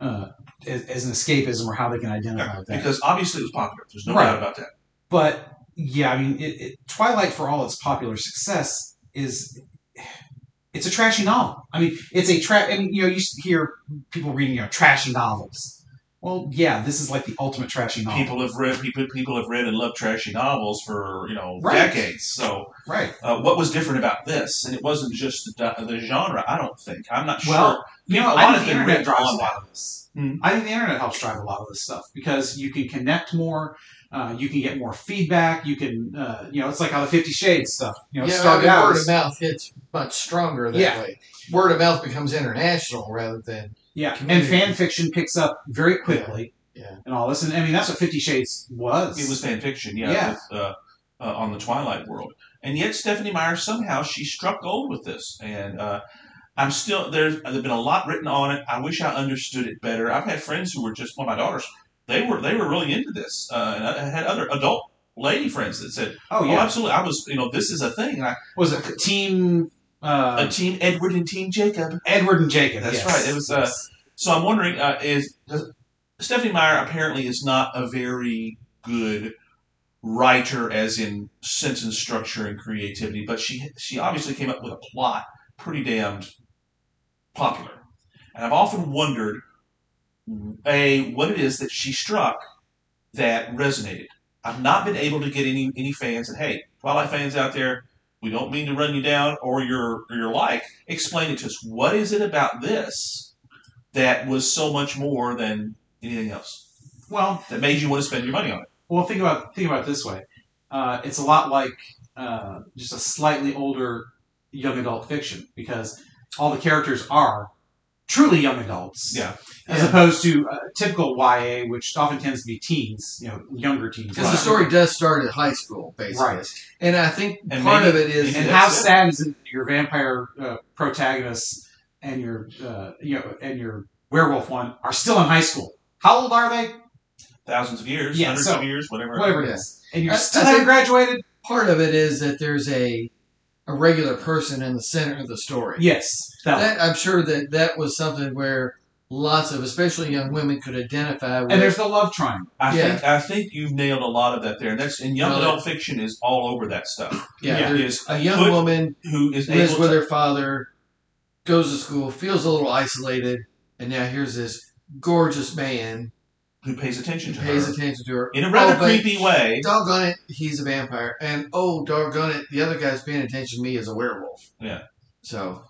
[SPEAKER 2] uh, as, as an escapism or how they can identify with that.
[SPEAKER 3] because obviously it was popular. There's no
[SPEAKER 2] Right.
[SPEAKER 3] doubt about that.
[SPEAKER 2] But yeah, I mean, it, it, Twilight, for all its popular success, is it's a trashy novel. I mean, it's a trash, and you know, you s- hear people reading you know trashy novels. Well, yeah, this is like the ultimate trashy novel,
[SPEAKER 3] People have read people people have read and loved trashy novels for you know
[SPEAKER 2] Right.
[SPEAKER 3] decades. So
[SPEAKER 2] right?
[SPEAKER 3] uh, what was different about this? And it wasn't just the, the genre. I don't think. I'm not
[SPEAKER 2] Well,
[SPEAKER 3] sure.
[SPEAKER 2] You know,
[SPEAKER 3] A lot
[SPEAKER 2] I
[SPEAKER 3] has
[SPEAKER 2] think the
[SPEAKER 3] been
[SPEAKER 2] internet
[SPEAKER 3] written
[SPEAKER 2] drives
[SPEAKER 3] on
[SPEAKER 2] a lot of this.
[SPEAKER 3] Hmm.
[SPEAKER 2] I think the internet helps drive a lot of this stuff because you can connect more, uh, you can get more feedback, you can, uh, you know, it's like how the Fifty Shades stuff, you know,
[SPEAKER 1] yeah, I
[SPEAKER 2] started
[SPEAKER 1] mean,
[SPEAKER 2] out
[SPEAKER 1] word
[SPEAKER 2] as-
[SPEAKER 1] of mouth hits much stronger that
[SPEAKER 2] Yeah.
[SPEAKER 1] way. Word of mouth becomes international rather than
[SPEAKER 2] Yeah, and
[SPEAKER 1] community.
[SPEAKER 2] fan fiction picks up very quickly.
[SPEAKER 1] Yeah.
[SPEAKER 2] And all this, and I mean that's what Fifty Shades was.
[SPEAKER 3] It was fan fiction, yeah,
[SPEAKER 2] Yeah.
[SPEAKER 3] With, uh, uh, on the Twilight world. And yet, Stephanie Meyer somehow she struck gold with this, and uh, I'm still there's there's been a lot written on it. I wish I understood it better. I've had friends who were just one of my daughters. They were they were really into this, uh, and I had other adult lady friends that said,
[SPEAKER 2] oh
[SPEAKER 3] "Oh,
[SPEAKER 2] yeah,
[SPEAKER 3] absolutely, I was you know this is a thing." And I,
[SPEAKER 2] was it Team uh,
[SPEAKER 3] a team Edward and Team Jacob.
[SPEAKER 2] Edward and Jacob?
[SPEAKER 3] That's
[SPEAKER 2] yes.
[SPEAKER 3] right, it was, uh,
[SPEAKER 2] Yes.
[SPEAKER 3] So I'm wondering, uh, is does, Stephanie Meyer apparently is not a very good writer, as in sense and structure and creativity, but she she obviously came up with a plot pretty damned popular. And I've often wondered, a what it is that she struck that resonated. I've not been able to get any any fans, and hey, Twilight fans out there, we don't mean to run you down or your or your like. Explain it to us. What is it about this that was so much more than anything else
[SPEAKER 2] well,
[SPEAKER 3] that made you want to spend your money on it.
[SPEAKER 2] well, think about think about it this way. Uh, it's a lot like uh, just a slightly older young adult fiction because all the characters are truly young adults.
[SPEAKER 3] Yeah.
[SPEAKER 2] As
[SPEAKER 1] Yeah.
[SPEAKER 2] opposed to uh, typical YA, which often tends to be teens, you know, younger teens.
[SPEAKER 1] because the story does start at high school basically.
[SPEAKER 2] Right.
[SPEAKER 1] And I think
[SPEAKER 3] And
[SPEAKER 1] part
[SPEAKER 3] maybe-
[SPEAKER 1] of it is
[SPEAKER 3] maybe
[SPEAKER 2] and
[SPEAKER 1] that-
[SPEAKER 3] that's
[SPEAKER 2] how
[SPEAKER 3] it.
[SPEAKER 2] sad is it that your vampire uh, protagonists and your uh, you know and your werewolf one are still in high school? How old are they?
[SPEAKER 3] Thousands of years,
[SPEAKER 2] Yeah,
[SPEAKER 3] hundreds
[SPEAKER 2] so-
[SPEAKER 3] of years, whatever.
[SPEAKER 2] Whatever it is, and you're
[SPEAKER 1] I-
[SPEAKER 2] still
[SPEAKER 1] I
[SPEAKER 2] haven't
[SPEAKER 1] think-
[SPEAKER 2] graduated.
[SPEAKER 1] part of it is that there's a a regular person in the center of the story.
[SPEAKER 2] Yes, that-
[SPEAKER 1] That I'm sure that that was something where lots of especially young women could identify with.
[SPEAKER 2] and there's the love triangle.
[SPEAKER 3] I
[SPEAKER 1] Yeah.
[SPEAKER 3] think I think you've nailed a lot of that there. And that's and young
[SPEAKER 1] Well,
[SPEAKER 3] adult fiction is all over that stuff.
[SPEAKER 1] yeah,
[SPEAKER 2] yeah.
[SPEAKER 1] there's
[SPEAKER 3] Is
[SPEAKER 1] a young
[SPEAKER 3] put-
[SPEAKER 1] woman
[SPEAKER 3] who is
[SPEAKER 1] lives
[SPEAKER 3] able
[SPEAKER 1] with
[SPEAKER 3] to,
[SPEAKER 1] her father, goes to school, feels a little isolated, and now here's this gorgeous man
[SPEAKER 3] who pays attention
[SPEAKER 1] who
[SPEAKER 3] to
[SPEAKER 1] pays
[SPEAKER 3] her
[SPEAKER 1] attention to her.
[SPEAKER 3] in a rather
[SPEAKER 1] Oh, but-
[SPEAKER 3] creepy way.
[SPEAKER 1] Doggone it, he's a vampire, and oh doggone it, the other guy's paying attention to me as a werewolf.
[SPEAKER 3] Yeah.
[SPEAKER 1] So,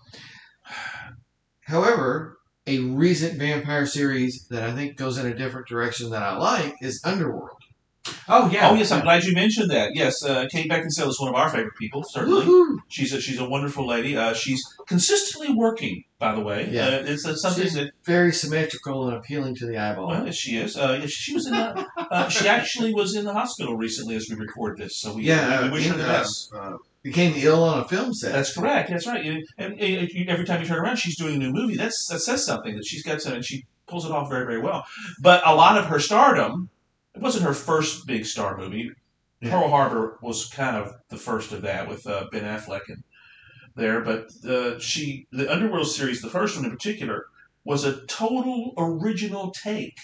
[SPEAKER 1] however, a recent vampire series that I think goes in a different direction that I like is Underworld.
[SPEAKER 2] Oh yeah.
[SPEAKER 3] Oh yes, I'm glad you mentioned that. Yes, uh, Kate Beckinsale is one of our favorite people. Certainly,
[SPEAKER 1] Woohoo!
[SPEAKER 3] she's a, she's a wonderful lady. Uh, she's consistently working, by the way.
[SPEAKER 1] Yeah.
[SPEAKER 3] Uh, it's uh, something
[SPEAKER 1] She's-
[SPEAKER 3] that
[SPEAKER 1] Very symmetrical and appealing to the eyeball.
[SPEAKER 3] Well, yes, she is. Uh, yes, she was in. The, uh, she actually was in the hospital recently as we record this. So we,
[SPEAKER 1] yeah,
[SPEAKER 3] we,
[SPEAKER 1] uh,
[SPEAKER 3] wish her the
[SPEAKER 1] uh,
[SPEAKER 3] best.
[SPEAKER 1] uh, became ill on a film set.
[SPEAKER 3] That's correct. That's right. You- And, and you- every time you turn around, she's doing a new movie. That's that says something that she's got some, and she pulls it off very, very well. But a lot of her stardom, it wasn't her first big star movie.
[SPEAKER 1] Yeah.
[SPEAKER 3] Pearl Harbor was kind of the first of that with uh, Ben Affleck and there. But uh, she, the Underworld series, the first one in particular, was a total original take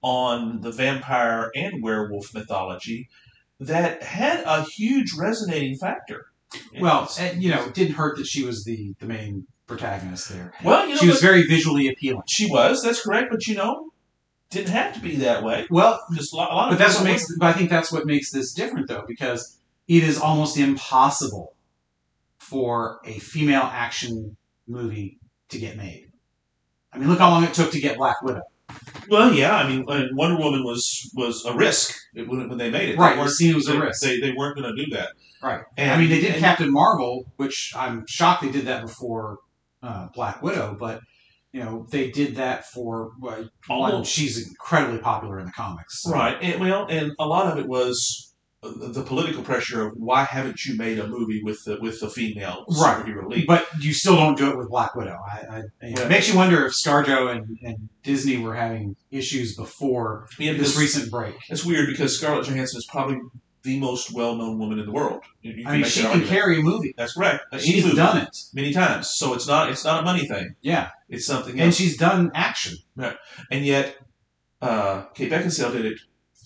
[SPEAKER 3] on the vampire and werewolf mythology that had a huge resonating factor.
[SPEAKER 2] Well, and, you know, it didn't hurt that she was the the main protagonist there.
[SPEAKER 3] well, you know,
[SPEAKER 2] She was
[SPEAKER 3] but-
[SPEAKER 2] very visually appealing.
[SPEAKER 3] she was. That's correct, but you know, didn't have to be that way.
[SPEAKER 2] Well,
[SPEAKER 3] Just a lot, a lot
[SPEAKER 2] but
[SPEAKER 3] of
[SPEAKER 2] that's what
[SPEAKER 3] people
[SPEAKER 2] makes. But I think that's what makes this different, though, because it is almost impossible for a female action movie to get made. I mean, look how long it took to get Black Widow.
[SPEAKER 3] were- Well, yeah, I mean, uh, Wonder Woman was was a risk when, when they made it. They
[SPEAKER 2] Right, you
[SPEAKER 3] weren't-
[SPEAKER 2] see, it was a
[SPEAKER 3] they-
[SPEAKER 2] risk.
[SPEAKER 3] They, they weren't going to do that.
[SPEAKER 2] Right.
[SPEAKER 3] And,
[SPEAKER 2] I mean, they did
[SPEAKER 3] and-
[SPEAKER 2] Captain Marvel, which I'm shocked they did that before uh, Black Widow, but you know they did that for uh, one.
[SPEAKER 3] Almost.
[SPEAKER 2] She's incredibly popular in the comics. so-
[SPEAKER 3] Right. And, well, and a lot of it was uh, the political pressure of why haven't you made a movie with the with the female
[SPEAKER 2] Right.
[SPEAKER 3] superhero lead?
[SPEAKER 2] But you still don't do it with Black Widow. I, I, you know, It makes you wonder if ScarJo and, and Disney were having issues before
[SPEAKER 3] Yeah,
[SPEAKER 2] this
[SPEAKER 3] because-
[SPEAKER 2] recent break.
[SPEAKER 3] It's weird because Scarlett Johansson is probably the most well-known woman in the world. You- you
[SPEAKER 2] I mean,
[SPEAKER 3] make
[SPEAKER 2] she
[SPEAKER 3] that
[SPEAKER 2] can
[SPEAKER 3] argument.
[SPEAKER 2] carry a movie.
[SPEAKER 3] That's correct. Uh, Any
[SPEAKER 2] She's
[SPEAKER 3] movie,
[SPEAKER 2] done it.
[SPEAKER 3] many times. So it's not it's not a money thing.
[SPEAKER 2] Yeah,
[SPEAKER 3] It's something
[SPEAKER 2] and
[SPEAKER 3] else.
[SPEAKER 2] she's done action.
[SPEAKER 3] And yet, uh, Kate Beckinsale did it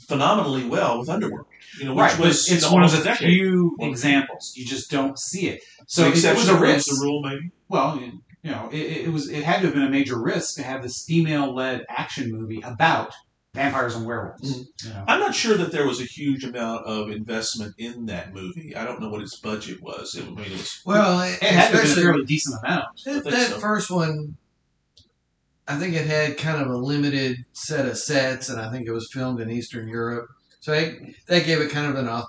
[SPEAKER 3] phenomenally well with Underworld. You know, which
[SPEAKER 2] right, but
[SPEAKER 3] was you
[SPEAKER 2] it's
[SPEAKER 3] know,
[SPEAKER 2] one of
[SPEAKER 3] almost
[SPEAKER 2] the
[SPEAKER 3] a decade.
[SPEAKER 2] few
[SPEAKER 3] Well-
[SPEAKER 2] examples. You just don't see it.
[SPEAKER 3] So
[SPEAKER 2] So it was a risk.
[SPEAKER 3] The rule, maybe.
[SPEAKER 2] Well, you you know, it- it, it was it had to have been a major risk to have this female-led action movie about vampires and werewolves. you know.
[SPEAKER 3] I'm not sure that there was a huge amount of investment in that movie. I don't know what its budget was. It, I mean, it was
[SPEAKER 1] Well,
[SPEAKER 2] It had to have been a
[SPEAKER 1] especially
[SPEAKER 2] fairly decent amount.
[SPEAKER 1] that,
[SPEAKER 3] think
[SPEAKER 1] that
[SPEAKER 3] so.
[SPEAKER 1] first one, I think it had kind of a limited set of sets, and I think it was filmed in Eastern Europe, so it, that gave it kind of an au-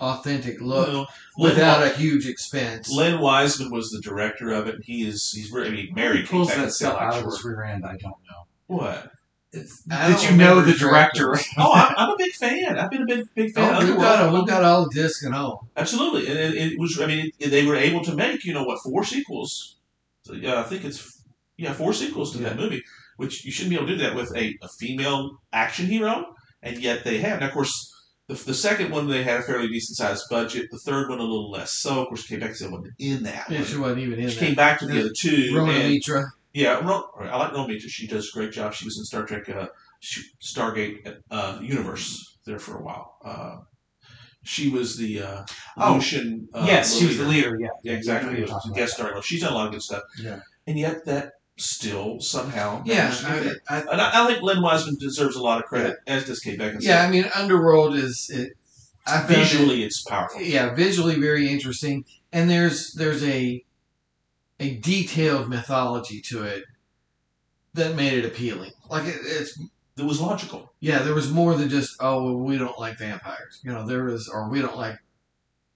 [SPEAKER 1] authentic look
[SPEAKER 3] you know, Len-
[SPEAKER 1] without a huge expense.
[SPEAKER 3] Len Wiseman was the director of it. and He is he's really I mean, married.
[SPEAKER 2] Who pulls
[SPEAKER 3] Kate
[SPEAKER 2] that
[SPEAKER 3] Beckinsale,
[SPEAKER 2] stuff out
[SPEAKER 3] I'm
[SPEAKER 2] of
[SPEAKER 3] sure.
[SPEAKER 2] his rear end. I don't know.
[SPEAKER 3] What?
[SPEAKER 1] I
[SPEAKER 2] Did
[SPEAKER 1] don't
[SPEAKER 2] you know
[SPEAKER 1] remember
[SPEAKER 2] the director?
[SPEAKER 3] Oh, I'm, I'm a big fan. I've been a big big fan.
[SPEAKER 1] Oh,
[SPEAKER 3] of
[SPEAKER 1] we've
[SPEAKER 3] Underworld.
[SPEAKER 1] got, we've got all the disc and all.
[SPEAKER 3] Absolutely, and it, it was. I mean, it- they were able to make you know what four sequels. So, yeah, I think it's yeah four sequels to that movie, which you shouldn't be able to do that with a, a female action hero, and yet they have. Now, of course, the, the second one they had a fairly decent sized budget. The third one a little less. So, of course, Kate Beckinsale wasn't in that
[SPEAKER 1] Yeah,
[SPEAKER 3] one.
[SPEAKER 1] she wasn't even in
[SPEAKER 3] She came
[SPEAKER 1] that.
[SPEAKER 3] back to the
[SPEAKER 1] Yeah.
[SPEAKER 3] other two.
[SPEAKER 1] Roman
[SPEAKER 3] and-
[SPEAKER 1] Mitra.
[SPEAKER 3] yeah, Ro- I like Roman Mitra. She does a great job. She was in Star Trek, uh, sh- Stargate uh, Universe there for a while. Uh, she was the uh,
[SPEAKER 2] Oh,
[SPEAKER 3] Lucian. Uh,
[SPEAKER 2] yes, she was
[SPEAKER 3] leader.
[SPEAKER 2] the leader. Yeah,
[SPEAKER 3] Yeah,
[SPEAKER 2] I
[SPEAKER 3] exactly.
[SPEAKER 2] know you're talking about
[SPEAKER 3] Guest star. Well, she's done a lot of good stuff.
[SPEAKER 1] Yeah.
[SPEAKER 3] And yet that still somehow.
[SPEAKER 1] Yeah,
[SPEAKER 3] managed to get
[SPEAKER 1] I,
[SPEAKER 3] there.
[SPEAKER 1] I,
[SPEAKER 3] and I, I think Len Wiseman deserves a lot of credit, as does Kate Beckinsale.
[SPEAKER 1] yeah. I mean, Underworld is it. I found it-
[SPEAKER 3] Visually, it's powerful.
[SPEAKER 1] yeah, visually very interesting, and there's there's a a detailed mythology to it that made it appealing. Like it, it's
[SPEAKER 3] It was logical.
[SPEAKER 1] yeah, there was more than just oh well, we don't like vampires, you know. There was or we don't like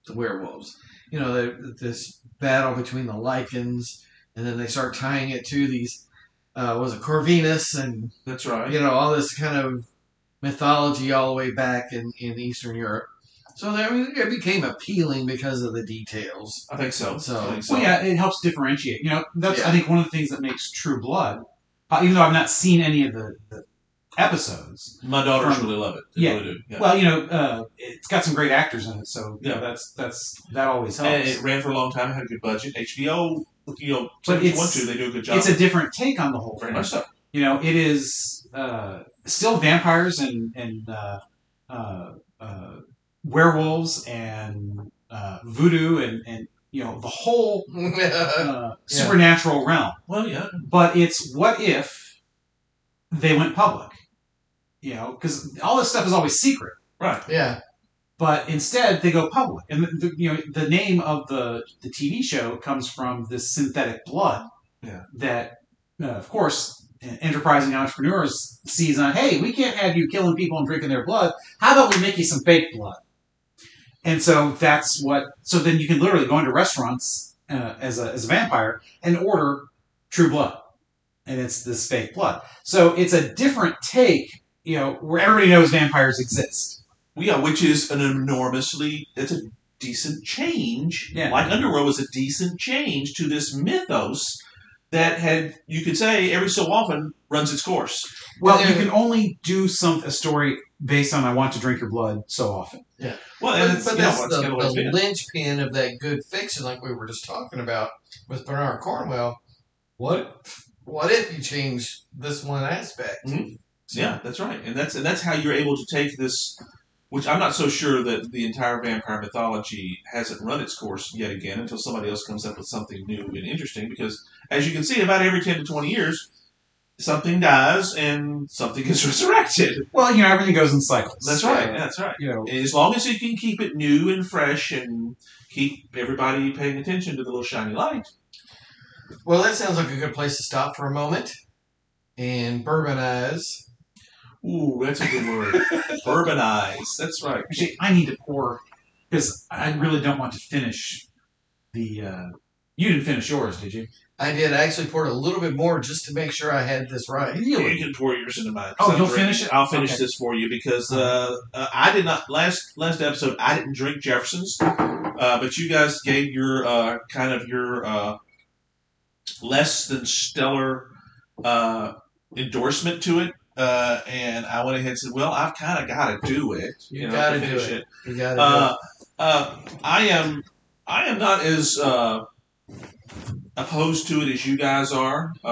[SPEAKER 1] the werewolves, you know. there- This battle between the lichens, and then they start tying it to these uh, was it Corvinus and
[SPEAKER 3] That's right.
[SPEAKER 1] you know, all this kind of mythology all the way back in, in Eastern Europe. So that, it became appealing because of the details.
[SPEAKER 3] I think so.
[SPEAKER 1] So-
[SPEAKER 3] I think so.
[SPEAKER 2] Well, yeah, it helps differentiate. You know, that's
[SPEAKER 1] Yeah.
[SPEAKER 2] I think one of the things that makes True Blood. Uh, even though I've not seen any of the, the episodes,
[SPEAKER 3] My daughters
[SPEAKER 2] From-
[SPEAKER 3] really love it. They
[SPEAKER 2] Yeah.
[SPEAKER 3] really do. Yeah.
[SPEAKER 2] well, you know, uh, it's got some great actors in it, so you know,
[SPEAKER 3] Yeah.
[SPEAKER 2] that's that's that always
[SPEAKER 3] And
[SPEAKER 2] helps.
[SPEAKER 3] it ran for a long time. Had a good budget. HBO, you know, take
[SPEAKER 2] But
[SPEAKER 3] what you
[SPEAKER 2] it's-
[SPEAKER 3] want to. They do a good job.
[SPEAKER 2] it's a different take on the whole
[SPEAKER 3] very
[SPEAKER 2] thing.
[SPEAKER 3] much so.
[SPEAKER 2] You know, it is uh, still vampires and and uh, uh, uh, werewolves and uh, voodoo and and you know the whole
[SPEAKER 1] yeah.
[SPEAKER 2] uh, supernatural realm.
[SPEAKER 3] Well, yeah.
[SPEAKER 2] but it's what if they went public? You know, because all this stuff is always secret.
[SPEAKER 3] Right.
[SPEAKER 1] Yeah.
[SPEAKER 2] But instead, they go public, and the, the, you know the name of the the TV show comes from this synthetic blood
[SPEAKER 3] Yeah.
[SPEAKER 2] that, uh, of course, en- enterprising entrepreneurs sees on. Hey, we can't have you killing people and drinking their blood. How about we make you some fake blood? And so that's what. So then you can literally go into restaurants uh, as a as a vampire and order true blood, and it's this fake blood. So it's a different take. You know, where everybody knows vampires exist.
[SPEAKER 3] Well, yeah, which is an enormously. It's a decent change.
[SPEAKER 2] Yeah.
[SPEAKER 3] Like Underworld was a decent change to this mythos that had you could say every so often runs its course.
[SPEAKER 2] Well,
[SPEAKER 1] And
[SPEAKER 2] you
[SPEAKER 1] there-
[SPEAKER 2] can only do some a story based on "I want to drink your blood" so often.
[SPEAKER 3] Well,
[SPEAKER 1] But,
[SPEAKER 3] and it's,
[SPEAKER 1] but
[SPEAKER 3] you know,
[SPEAKER 1] that's
[SPEAKER 3] it's
[SPEAKER 1] the,
[SPEAKER 3] kind of what it's
[SPEAKER 1] the
[SPEAKER 3] been.
[SPEAKER 1] linchpin of that good fiction, like we were just talking about with Bernard Cornwell. What what if you change this one aspect?
[SPEAKER 3] Mhm. Yeah, that's right, and that's and that's how you're able to take this. Which I'm not so sure that the entire vampire mythology hasn't run its course yet again until somebody else comes up with something new and interesting. Because as you can see, about every ten to twenty years, something dies and something is resurrected.
[SPEAKER 2] Well, you know everything goes in cycles.
[SPEAKER 3] That's right.
[SPEAKER 2] Uh,
[SPEAKER 3] That's right.
[SPEAKER 2] You know,
[SPEAKER 3] As long as you can keep it new and fresh and keep everybody paying attention to the little shiny light.
[SPEAKER 1] Well, that sounds like a good place to stop for a moment and bourbonize.
[SPEAKER 3] Ooh, that's a good word. Bourbonize. That's right.
[SPEAKER 2] actually, I need to pour because I really don't want to finish the. Uh, you didn't finish yours, did you?
[SPEAKER 1] I did. I actually poured a little bit more just to make sure I had this right.
[SPEAKER 3] Uh, You can pour yours into mine.
[SPEAKER 2] Oh, you'll
[SPEAKER 3] Sounds right.
[SPEAKER 2] finish it?
[SPEAKER 3] I'll finish
[SPEAKER 2] Okay. Uh-huh.
[SPEAKER 3] this for you because uh, uh, I did not last last episode. I didn't drink Jefferson's, uh, but you guys gave your uh, kind of your uh, less than stellar uh, endorsement to it. Uh, and I went ahead and said, "Well, I've kind of got to do it. You,
[SPEAKER 1] You
[SPEAKER 3] know,
[SPEAKER 1] gotta
[SPEAKER 3] to
[SPEAKER 1] do
[SPEAKER 3] finish
[SPEAKER 1] it.
[SPEAKER 3] it.
[SPEAKER 1] You gotta do it.
[SPEAKER 3] Uh, uh, I am I am not as uh, opposed to it as you guys are. Uh,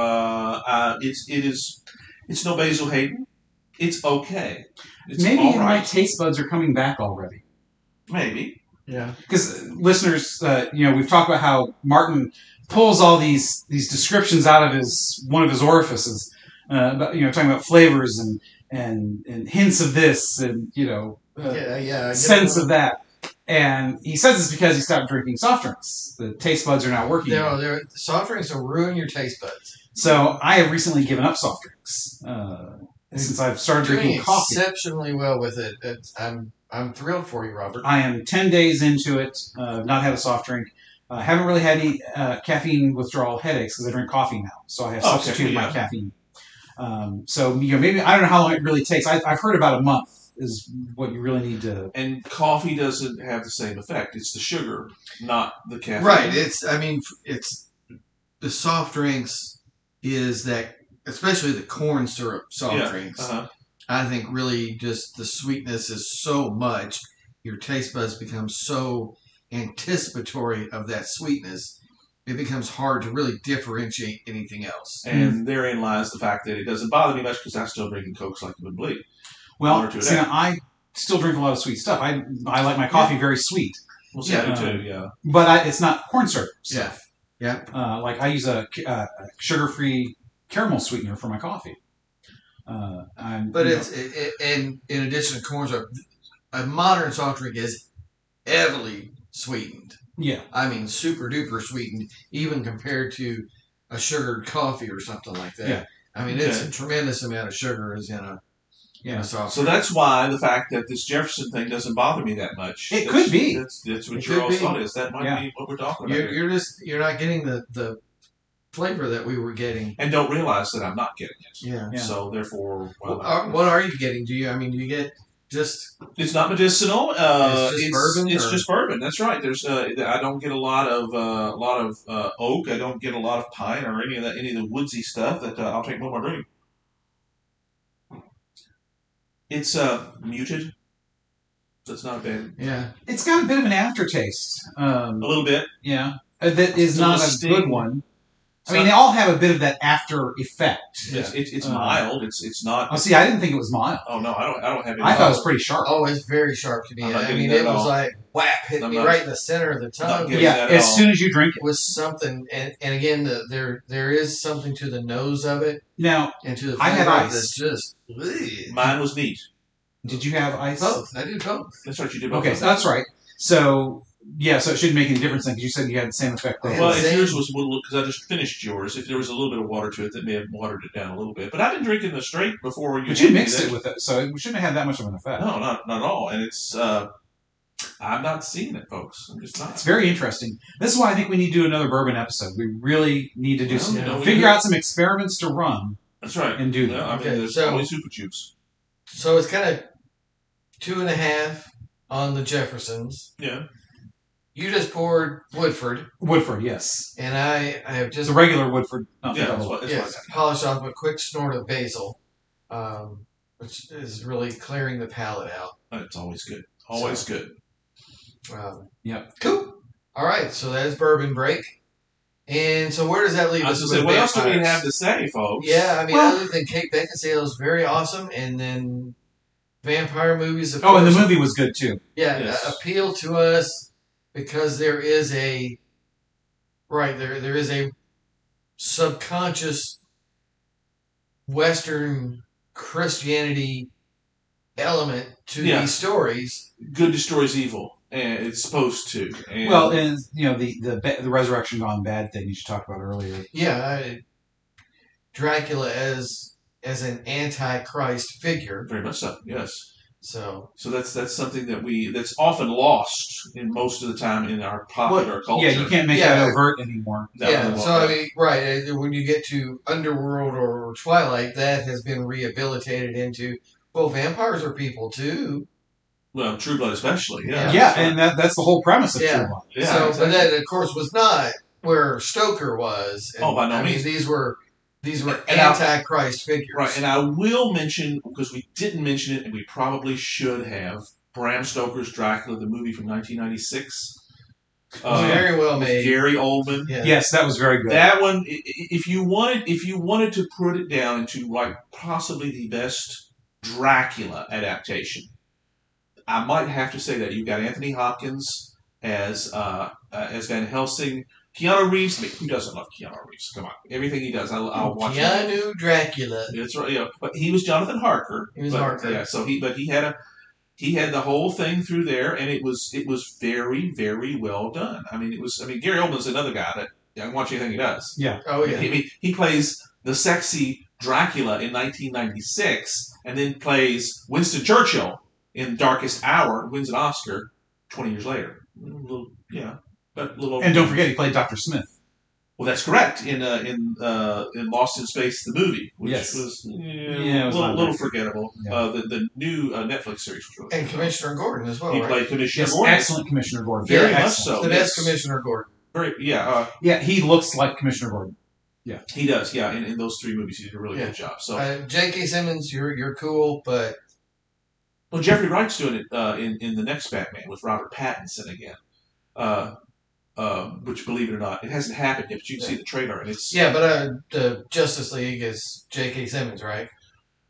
[SPEAKER 3] uh, it's it is it's no Basil Hayden. It's okay. It's
[SPEAKER 2] Maybe
[SPEAKER 3] all
[SPEAKER 2] my
[SPEAKER 3] right.
[SPEAKER 2] taste buds are coming back already.
[SPEAKER 3] Maybe
[SPEAKER 1] Yeah.
[SPEAKER 2] because listeners, uh, you know, we've talked about how Martin pulls all these these descriptions out of his one of his orifices, uh, about, you know, talking about flavors and and and hints of this and you know, uh,
[SPEAKER 1] Yeah, yeah. I get
[SPEAKER 2] sense
[SPEAKER 1] it.
[SPEAKER 2] of that. And he says it's because he stopped drinking soft drinks. The taste buds are not working.
[SPEAKER 1] No, they're, soft drinks will ruin your taste buds.
[SPEAKER 2] So I have recently given up soft drinks uh, since I've started
[SPEAKER 1] Doing
[SPEAKER 2] drinking coffee.
[SPEAKER 1] exceptionally well with it. It's, I'm I'm thrilled for you, Robert.
[SPEAKER 2] I am 10 days into it, uh, not had a soft drink. uh, haven't really had any uh, caffeine withdrawal headaches because I drink coffee now. So I have
[SPEAKER 3] Oh, Okay,
[SPEAKER 2] substituted my
[SPEAKER 3] yeah.
[SPEAKER 2] caffeine. Um, so you know, maybe I don't know how long it really takes. I, I've heard about a month is what you really need to.
[SPEAKER 3] and coffee doesn't have the same effect. It's the sugar, not the caffeine.
[SPEAKER 1] Right. It's I mean f- it's the soft drinks is that especially the corn syrup soft
[SPEAKER 3] Yeah,
[SPEAKER 1] drinks.
[SPEAKER 3] uh-huh.
[SPEAKER 1] I think really just the sweetness is so much your taste buds become so anticipatory of that sweetness it becomes hard to really differentiate anything else.
[SPEAKER 3] And therein lies the fact that it doesn't bother me much because I'm still drinking Cokes like you would believe. One
[SPEAKER 2] Well,
[SPEAKER 3] or two a
[SPEAKER 2] see,
[SPEAKER 3] day.
[SPEAKER 2] now, I still drink a lot of sweet stuff. I I like my coffee very sweet,
[SPEAKER 3] We'll see
[SPEAKER 1] Yeah.
[SPEAKER 3] yeah, too. Yeah.
[SPEAKER 2] but I, it's not corn syrup stuff.
[SPEAKER 1] Yeah.
[SPEAKER 2] Uh, like I use a, ca- uh, a sugar-free caramel sweetener for my coffee. Uh, I'm,
[SPEAKER 1] But
[SPEAKER 2] you know,
[SPEAKER 1] it's it, it, and in addition to corn syrup, a modern soft drink is heavily sweetened.
[SPEAKER 2] yeah.
[SPEAKER 1] I mean, super duper sweetened, even compared to a sugared coffee or something like that.
[SPEAKER 2] Yeah.
[SPEAKER 1] I mean, it's a tremendous amount of sugar is in a, in
[SPEAKER 2] Yeah.
[SPEAKER 1] a soft
[SPEAKER 3] So
[SPEAKER 1] drink.
[SPEAKER 3] that's why the fact that this Jefferson thing doesn't bother me that much.
[SPEAKER 2] It
[SPEAKER 3] That's-
[SPEAKER 2] could be.
[SPEAKER 3] That's, that's what
[SPEAKER 1] It
[SPEAKER 3] your
[SPEAKER 1] could
[SPEAKER 3] all
[SPEAKER 1] be.
[SPEAKER 3] thought is. That might
[SPEAKER 2] Yeah.
[SPEAKER 3] be what we're talking about.
[SPEAKER 1] You're,
[SPEAKER 3] here.
[SPEAKER 1] you're just you're not getting the the flavor that we were getting.
[SPEAKER 3] And don't realize that I'm not getting it.
[SPEAKER 1] Yeah. um,
[SPEAKER 2] Yeah.
[SPEAKER 3] So therefore, well,
[SPEAKER 1] What are, what are you getting? Do you? I mean, do you get just
[SPEAKER 3] it's not medicinal. Uh,
[SPEAKER 1] It's just
[SPEAKER 3] it's
[SPEAKER 1] bourbon,
[SPEAKER 3] It's
[SPEAKER 1] or-
[SPEAKER 3] just bourbon. That's right. There's uh, I don't get a lot of uh, a lot of uh, oak. I don't get a lot of pine or any of that any of the woodsy stuff that uh, I'll take with my drink. It's uh, muted. That's not bad.
[SPEAKER 1] yeah?
[SPEAKER 2] It's got a bit of an aftertaste.
[SPEAKER 3] A
[SPEAKER 2] Um,
[SPEAKER 3] little bit.
[SPEAKER 2] yeah, uh, that is
[SPEAKER 3] Oh. It's a
[SPEAKER 2] not
[SPEAKER 3] little
[SPEAKER 2] a
[SPEAKER 3] sting.
[SPEAKER 2] good one.
[SPEAKER 3] It's
[SPEAKER 2] I mean,
[SPEAKER 3] not-
[SPEAKER 2] they all have a bit of that after effect.
[SPEAKER 3] It's it's, it's
[SPEAKER 2] Uh,
[SPEAKER 1] Uh-huh.
[SPEAKER 3] mild. It's it's not.
[SPEAKER 2] Oh, see, I didn't think it was mild.
[SPEAKER 3] Oh no, I don't. I don't have any.
[SPEAKER 2] I thought it was pretty sharp.
[SPEAKER 1] Oh, it's very sharp to me.
[SPEAKER 3] I'm not
[SPEAKER 1] I
[SPEAKER 3] getting
[SPEAKER 1] mean,
[SPEAKER 3] that
[SPEAKER 1] it
[SPEAKER 3] at
[SPEAKER 1] was
[SPEAKER 3] all.
[SPEAKER 1] like whap, hit
[SPEAKER 3] I'm
[SPEAKER 1] me
[SPEAKER 3] not-
[SPEAKER 1] right in the center of the tongue.
[SPEAKER 3] getting
[SPEAKER 2] yeah,
[SPEAKER 3] that at
[SPEAKER 2] as
[SPEAKER 3] all.
[SPEAKER 2] soon as you drink it.
[SPEAKER 1] was something, and, and again, the, there there is something to the nose of it
[SPEAKER 2] Now,
[SPEAKER 1] and to the
[SPEAKER 2] I had
[SPEAKER 1] flavor of it
[SPEAKER 2] ice.
[SPEAKER 1] that's just bleh.
[SPEAKER 3] Mine was neat.
[SPEAKER 2] did you have ice?
[SPEAKER 3] Oh.
[SPEAKER 1] both. I did both.
[SPEAKER 3] That's what you did. both
[SPEAKER 2] Okay,
[SPEAKER 3] of
[SPEAKER 2] so
[SPEAKER 3] them.
[SPEAKER 2] that's right. So, yeah, so it shouldn't make any difference then because you said you had the same effect.
[SPEAKER 1] I had
[SPEAKER 3] Well,
[SPEAKER 1] the
[SPEAKER 3] if
[SPEAKER 1] same-
[SPEAKER 3] yours was a little, because I just finished yours, if there was a little bit of water to it, that may have watered it down a little bit. But I've been drinking the straight before you.
[SPEAKER 2] but you
[SPEAKER 3] handed me
[SPEAKER 2] mixed
[SPEAKER 3] that.
[SPEAKER 2] it with it, so it shouldn't have had that much of an effect.
[SPEAKER 3] No, not not at all. And it's uh, I'm not seeing it, folks. I'm just
[SPEAKER 2] It's
[SPEAKER 3] not.
[SPEAKER 2] very interesting. This is why I think we need to do another bourbon episode. We really need to do
[SPEAKER 3] Well,
[SPEAKER 2] some,
[SPEAKER 3] you know, we
[SPEAKER 2] figure
[SPEAKER 3] do-
[SPEAKER 2] out some experiments to run
[SPEAKER 3] That's right.
[SPEAKER 2] and do
[SPEAKER 3] No,
[SPEAKER 2] them.
[SPEAKER 3] I mean,
[SPEAKER 1] Okay,
[SPEAKER 3] there's
[SPEAKER 1] so-
[SPEAKER 3] only super juice.
[SPEAKER 1] So it's kind of two and a half on the Jeffersons.
[SPEAKER 3] Yeah.
[SPEAKER 1] You just poured Woodford,
[SPEAKER 2] Woodford, yes.
[SPEAKER 1] and I I have just
[SPEAKER 2] The regular Woodford, not the
[SPEAKER 3] Yeah, that's
[SPEAKER 2] double.
[SPEAKER 3] what, that's
[SPEAKER 1] yes, polished off a quick snort of basil, um, which is really clearing the palate out.
[SPEAKER 3] what I got. It's always good. Always good.
[SPEAKER 1] Um,
[SPEAKER 2] Yep.
[SPEAKER 1] Cool. All right. So that is bourbon break. And so where does that leave
[SPEAKER 3] I was
[SPEAKER 1] us?
[SPEAKER 3] gonna
[SPEAKER 1] with
[SPEAKER 3] say, what else do we
[SPEAKER 1] vampires?
[SPEAKER 3] have to say, folks?
[SPEAKER 1] Yeah, I mean,
[SPEAKER 2] Well-
[SPEAKER 1] other than Kate Beckinsale is very awesome, and then vampire movies. Of
[SPEAKER 2] Oh, and the
[SPEAKER 1] course,
[SPEAKER 2] movie was good too.
[SPEAKER 1] yeah,
[SPEAKER 3] Yes.
[SPEAKER 1] uh, appeal to us because there is a right there. There is a subconscious Western Christianity element to
[SPEAKER 3] Yeah.
[SPEAKER 1] these stories.
[SPEAKER 3] Good destroys evil, and it's supposed to. And
[SPEAKER 2] Well, and you know the the ba- the resurrection gone bad thing you should talk about earlier.
[SPEAKER 1] Yeah, I, Dracula as as an antichrist figure.
[SPEAKER 3] very much so. Yes.
[SPEAKER 1] So
[SPEAKER 3] So that's that's something that we that's often lost in most of the time in our popular culture.
[SPEAKER 2] Yeah, you can't make
[SPEAKER 1] Yeah.
[SPEAKER 2] that overt anymore.
[SPEAKER 3] That
[SPEAKER 1] yeah,
[SPEAKER 3] we
[SPEAKER 1] so I
[SPEAKER 3] want.
[SPEAKER 1] mean, right uh, when you get to Underworld or Twilight, that has been rehabilitated into well, vampires are people too.
[SPEAKER 3] well, True Blood especially.
[SPEAKER 1] Yeah,
[SPEAKER 3] Yeah,
[SPEAKER 2] Yeah, and that, that's the whole premise of
[SPEAKER 1] Yeah.
[SPEAKER 2] True Blood.
[SPEAKER 3] yeah.
[SPEAKER 1] so,
[SPEAKER 3] exactly.
[SPEAKER 1] but that of course was not where Stoker was.
[SPEAKER 3] Oh, by no
[SPEAKER 1] I
[SPEAKER 3] means.
[SPEAKER 1] mean, these were These were
[SPEAKER 3] And I-
[SPEAKER 1] anti-Christ figures.
[SPEAKER 3] Right, and I will mention because we didn't mention it, and we probably should have. Bram Stoker's Dracula, the movie from 1996.
[SPEAKER 1] It was
[SPEAKER 3] Uh,
[SPEAKER 1] very well made.
[SPEAKER 3] Gary Oldman.
[SPEAKER 1] Yeah.
[SPEAKER 2] Yes, that was very good.
[SPEAKER 3] That one, i- i- if you wanted, if you wanted to put it down into like possibly the best Dracula adaptation, I might have to say that you've got Anthony Hopkins as uh, uh, as Van Helsing, Keanu Reeves. I mean, who doesn't love Keanu Reeves? Come on, everything he does, I, I'll watch. it.
[SPEAKER 1] Oh, Keanu Dracula.
[SPEAKER 3] It's right. Yeah, but he was Jonathan Harker.
[SPEAKER 1] He was
[SPEAKER 3] but,
[SPEAKER 1] Harker.
[SPEAKER 3] Yeah. So he, but he had a, he had the whole thing through there, and it was it was very very well done. I mean, it was. I mean, Gary Oldman's another guy that I can watch anything he does.
[SPEAKER 1] Oh
[SPEAKER 3] I
[SPEAKER 1] yeah.
[SPEAKER 3] mean, he plays the sexy Dracula in 1996, and then plays Winston Churchill in Darkest Hour, wins an Oscar 20 years later. A little, yeah, but a little.
[SPEAKER 2] and don't forget, he played Doctor Smith.
[SPEAKER 3] Well, that's correct. In uh, in uh, in Lost in Space, the movie, which
[SPEAKER 2] Yes.
[SPEAKER 3] was, yeah,
[SPEAKER 2] Yeah, it was
[SPEAKER 3] a little,
[SPEAKER 2] not
[SPEAKER 3] little
[SPEAKER 2] bad.
[SPEAKER 3] forgettable.
[SPEAKER 2] Yeah.
[SPEAKER 3] Uh, the the new uh, Netflix series was really
[SPEAKER 1] And Commissioner Gordon as well,
[SPEAKER 3] He
[SPEAKER 1] right?
[SPEAKER 3] played Commissioner
[SPEAKER 2] Yes,
[SPEAKER 3] Gordon.
[SPEAKER 2] excellent Commissioner Gordon.
[SPEAKER 3] Very
[SPEAKER 2] Yeah,
[SPEAKER 3] much
[SPEAKER 2] excellent.
[SPEAKER 3] so.
[SPEAKER 1] the
[SPEAKER 3] yes.
[SPEAKER 1] best Commissioner Gordon.
[SPEAKER 3] Very, yeah, uh,
[SPEAKER 2] Yeah, he looks like Commissioner Gordon.
[SPEAKER 3] he does. Yeah, in, in those three movies, he did a really
[SPEAKER 1] Yeah.
[SPEAKER 3] good job. So,
[SPEAKER 1] Uh, J.K. Simmons, you're you're cool, but
[SPEAKER 3] well, Jeffrey Wright's doing it uh, in in the next Batman with Robert Pattinson again. Uh, um, which, believe it or not, it hasn't happened yet, but you can see the trailer, and it's
[SPEAKER 1] yeah, but uh, the Justice League is J.K. Simmons, right?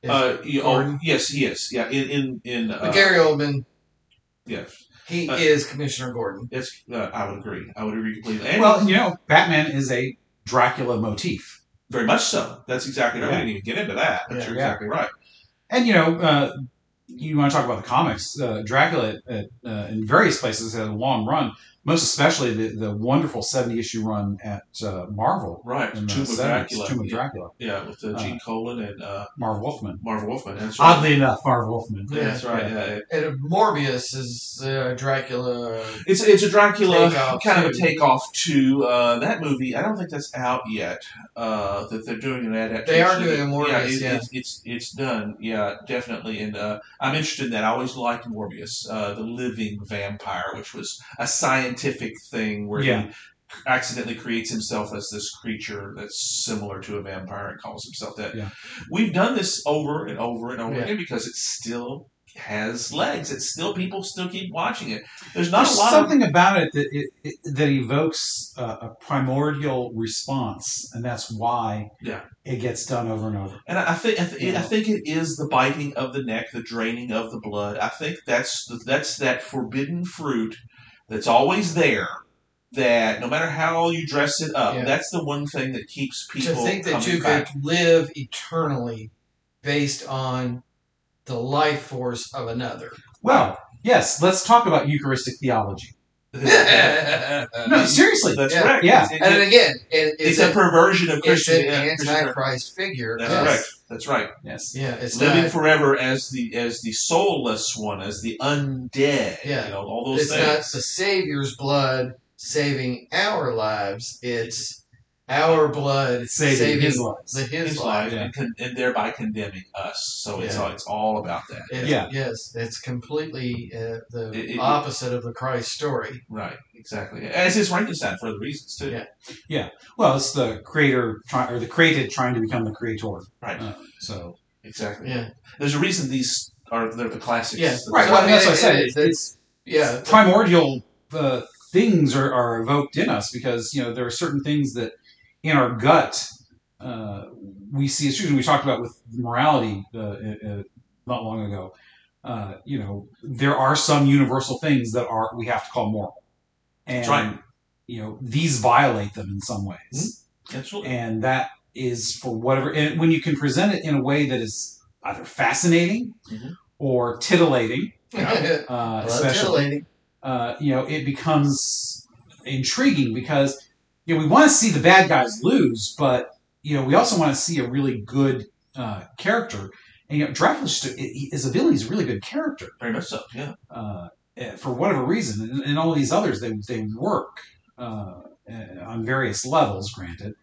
[SPEAKER 1] Is-
[SPEAKER 3] uh, you- oh,
[SPEAKER 1] Gordon.
[SPEAKER 3] yes, yes, yeah, in in in
[SPEAKER 1] but
[SPEAKER 3] uh,
[SPEAKER 1] Gary Oldman,
[SPEAKER 3] yeah,
[SPEAKER 1] he
[SPEAKER 3] uh,
[SPEAKER 1] is Commissioner Gordon.
[SPEAKER 3] it's, uh, I would agree, I would agree completely. And
[SPEAKER 2] Well, you know, Batman is a Dracula motif.
[SPEAKER 3] Very much so. That's exactly right.
[SPEAKER 2] Yeah.
[SPEAKER 3] We didn't even get into that, but
[SPEAKER 1] Yeah,
[SPEAKER 3] you're
[SPEAKER 2] yeah.
[SPEAKER 3] exactly right.
[SPEAKER 2] And you know, uh, you want to talk about the comics? Uh, Dracula, at, uh, in various places, had a long run. Most especially the, the wonderful seventy issue run at uh, Marvel.
[SPEAKER 3] Right.
[SPEAKER 2] in the
[SPEAKER 3] Tomb of
[SPEAKER 2] 70s,
[SPEAKER 3] Dracula.
[SPEAKER 2] Tomb of
[SPEAKER 3] yeah.
[SPEAKER 2] Dracula.
[SPEAKER 3] Yeah, with uh, Gene Colan and uh,
[SPEAKER 2] Marv Wolfman.
[SPEAKER 3] Marvel Wolfman. That's right.
[SPEAKER 2] Oddly enough, Marv Wolfman.
[SPEAKER 3] Yeah, that's right. Yeah.
[SPEAKER 1] And Morbius is uh, Dracula.
[SPEAKER 3] It's it's a Dracula
[SPEAKER 1] Takeoff
[SPEAKER 3] kind of a
[SPEAKER 1] to-
[SPEAKER 3] takeoff to uh, that movie. I don't think that's out yet. Uh, that they're doing an adaptation.
[SPEAKER 1] They are doing a Morbius,
[SPEAKER 3] Yeah, it-
[SPEAKER 1] yeah.
[SPEAKER 3] It's, it's it's done. Yeah, definitely. And uh, I'm interested in that. I always liked Morbius, uh, the living vampire, which was a scientific thing where
[SPEAKER 2] Yeah.
[SPEAKER 3] he accidentally creates himself as this creature that's similar to a vampire and calls himself that.
[SPEAKER 2] Yeah.
[SPEAKER 3] We've done this over and over and over
[SPEAKER 1] Yeah.
[SPEAKER 3] again because it still has legs. It's still people still keep watching it. There's not
[SPEAKER 2] There's
[SPEAKER 3] a lot of
[SPEAKER 2] something about it that it, it, that evokes uh, a primordial response, and that's why
[SPEAKER 3] Yeah.
[SPEAKER 2] it gets done over and over.
[SPEAKER 3] And I I think I, th-
[SPEAKER 2] Yeah.
[SPEAKER 3] I think it is the biting of the neck, the draining of the blood. I think that's the, that's that forbidden fruit that's always there. That no matter how you dress it up,
[SPEAKER 1] Yeah.
[SPEAKER 3] that's the one thing that keeps
[SPEAKER 1] To
[SPEAKER 3] people
[SPEAKER 1] think that
[SPEAKER 3] coming
[SPEAKER 1] you
[SPEAKER 3] back.
[SPEAKER 1] could live eternally based on the life force of another.
[SPEAKER 2] Well, yes, let's talk about Eucharistic theology.
[SPEAKER 3] that's Uh,
[SPEAKER 2] No, seriously.
[SPEAKER 1] Yeah.
[SPEAKER 3] correct.
[SPEAKER 2] Yeah.
[SPEAKER 3] It's, it-
[SPEAKER 1] and again, it, it's,
[SPEAKER 3] it's a
[SPEAKER 1] a,
[SPEAKER 3] perversion of
[SPEAKER 1] it's
[SPEAKER 3] Christian.
[SPEAKER 1] an
[SPEAKER 3] yeah, Christian-
[SPEAKER 1] anti-Christ figure.
[SPEAKER 3] That's
[SPEAKER 1] yes.
[SPEAKER 3] correct. That's right.
[SPEAKER 2] Yes.
[SPEAKER 1] Yeah, it's
[SPEAKER 3] Living
[SPEAKER 1] not,
[SPEAKER 3] forever as the as the soulless one, as the undead.
[SPEAKER 1] Yeah.
[SPEAKER 3] You know all those
[SPEAKER 1] it's
[SPEAKER 3] things.
[SPEAKER 1] not the Savior's blood saving our lives. It's our blood
[SPEAKER 2] It's saving, his
[SPEAKER 1] the
[SPEAKER 2] lives.
[SPEAKER 1] His,
[SPEAKER 3] his
[SPEAKER 1] life.
[SPEAKER 3] life
[SPEAKER 2] yeah.
[SPEAKER 3] and, con- and thereby condemning us. So it's
[SPEAKER 1] Yeah.
[SPEAKER 3] all, it's all about that,
[SPEAKER 1] It-
[SPEAKER 2] Yeah.
[SPEAKER 1] Yes, it's completely uh, the
[SPEAKER 3] It- it-
[SPEAKER 1] opposite of the Christ story.
[SPEAKER 3] right? Exactly. As is Frankenstein for other reasons too.
[SPEAKER 1] Yeah.
[SPEAKER 2] Well, it's the creator try, or the created trying to become the creator.
[SPEAKER 3] Right.
[SPEAKER 2] Uh, so
[SPEAKER 3] Exactly.
[SPEAKER 1] Yeah.
[SPEAKER 3] There's a reason these are they're the classics.
[SPEAKER 1] Yeah.
[SPEAKER 3] They're
[SPEAKER 2] right.
[SPEAKER 3] the-
[SPEAKER 2] Well, I mean, that's what I
[SPEAKER 1] It-
[SPEAKER 2] said.
[SPEAKER 1] it-
[SPEAKER 2] It's, it's
[SPEAKER 1] Yeah.
[SPEAKER 2] primordial uh, things are, are evoked in us because you know there are certain things that in our gut uh, we see. As we talked about with morality uh, uh, not long ago, uh, you know there are some universal things that are we have to call moral, and
[SPEAKER 3] That's right. Hmm?
[SPEAKER 2] you know these violate them in some ways.
[SPEAKER 3] Absolutely.
[SPEAKER 2] and that is for whatever and when you can present it in a way that is either fascinating
[SPEAKER 3] Mhm.
[SPEAKER 2] or titillating
[SPEAKER 1] Well,
[SPEAKER 2] uh,
[SPEAKER 1] that's
[SPEAKER 2] especially
[SPEAKER 1] titillating.
[SPEAKER 2] uh, you know it becomes intriguing because you know we want to see the bad guys lose but you know we also want to see a really good uh, character and you know Dracula is a villain he's a really good character
[SPEAKER 3] Very much so. Yeah.
[SPEAKER 2] uh, eh, for whatever reason, and, and all these others, they, they work uh, eh, on various levels, granted,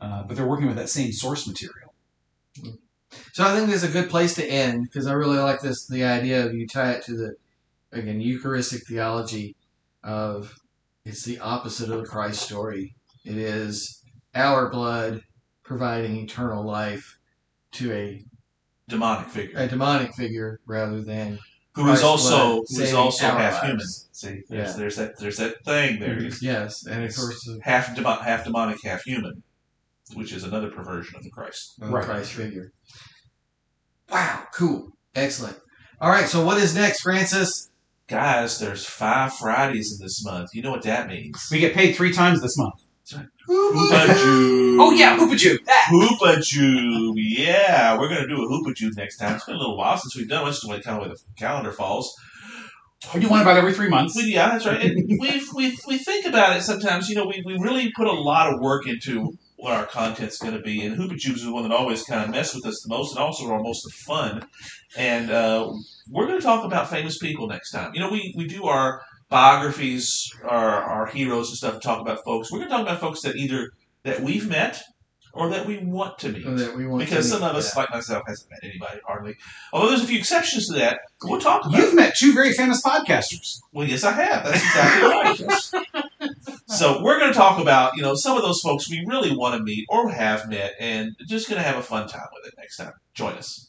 [SPEAKER 2] uh, but they're working with that same source material.
[SPEAKER 1] So I think this is a good place to end because I really like this the idea of you tie it to the again Eucharistic theology of it's the opposite of the Christ story. It is our blood providing eternal life to a,
[SPEAKER 3] demonic figure
[SPEAKER 1] a demonic figure rather than
[SPEAKER 3] who is
[SPEAKER 1] Christ's blood
[SPEAKER 3] also who is
[SPEAKER 1] saving
[SPEAKER 3] also
[SPEAKER 1] our
[SPEAKER 3] half
[SPEAKER 1] lives.
[SPEAKER 3] human. See, there's,
[SPEAKER 1] Yeah. Mm-hmm.
[SPEAKER 3] there's that there's that thing there. He's
[SPEAKER 1] yes, uh, and of course the
[SPEAKER 3] half demon, half demonic, half human, which is another perversion of the Christ.
[SPEAKER 1] of the
[SPEAKER 2] Right.
[SPEAKER 1] Christ figure. Wow, cool, excellent. All right, so what is next, Francis?
[SPEAKER 3] Guys, there's five Fridays in this month. You know what that means?
[SPEAKER 2] We get paid three times this month.
[SPEAKER 3] Hoopa Jube.
[SPEAKER 2] Oh yeah, Hoopa Jube. That.
[SPEAKER 3] Hoopa Jube. Yeah, we're gonna do a Hoopa Jube next time. It's been a little while since we've done one. Just kind of where the calendar falls.
[SPEAKER 2] You want about every three months.
[SPEAKER 3] We, yeah, that's right. And we we we think about it sometimes. You know, we, we really put a lot of work into what our content's going to be, and Hoopa Jubes is the one that always kind of messed with us the most, and also are most the fun. And uh, we're going to talk about famous people next time. You know, we we do our biographies, our our heroes and stuff. Talk about folks. We're going to talk about folks that either that we've met or that we want to meet.
[SPEAKER 1] Oh, That we want to
[SPEAKER 3] Because some
[SPEAKER 1] meet.
[SPEAKER 3] of us, like myself, hasn't met anybody hardly. Although there's a few exceptions to that. We'll talk about
[SPEAKER 2] You've met two very famous podcasters.
[SPEAKER 3] well, yes, I have. That's exactly right. so we're going to talk about you know some of those folks we really want to meet or have met, and just going to have a fun time with it next time. Join us.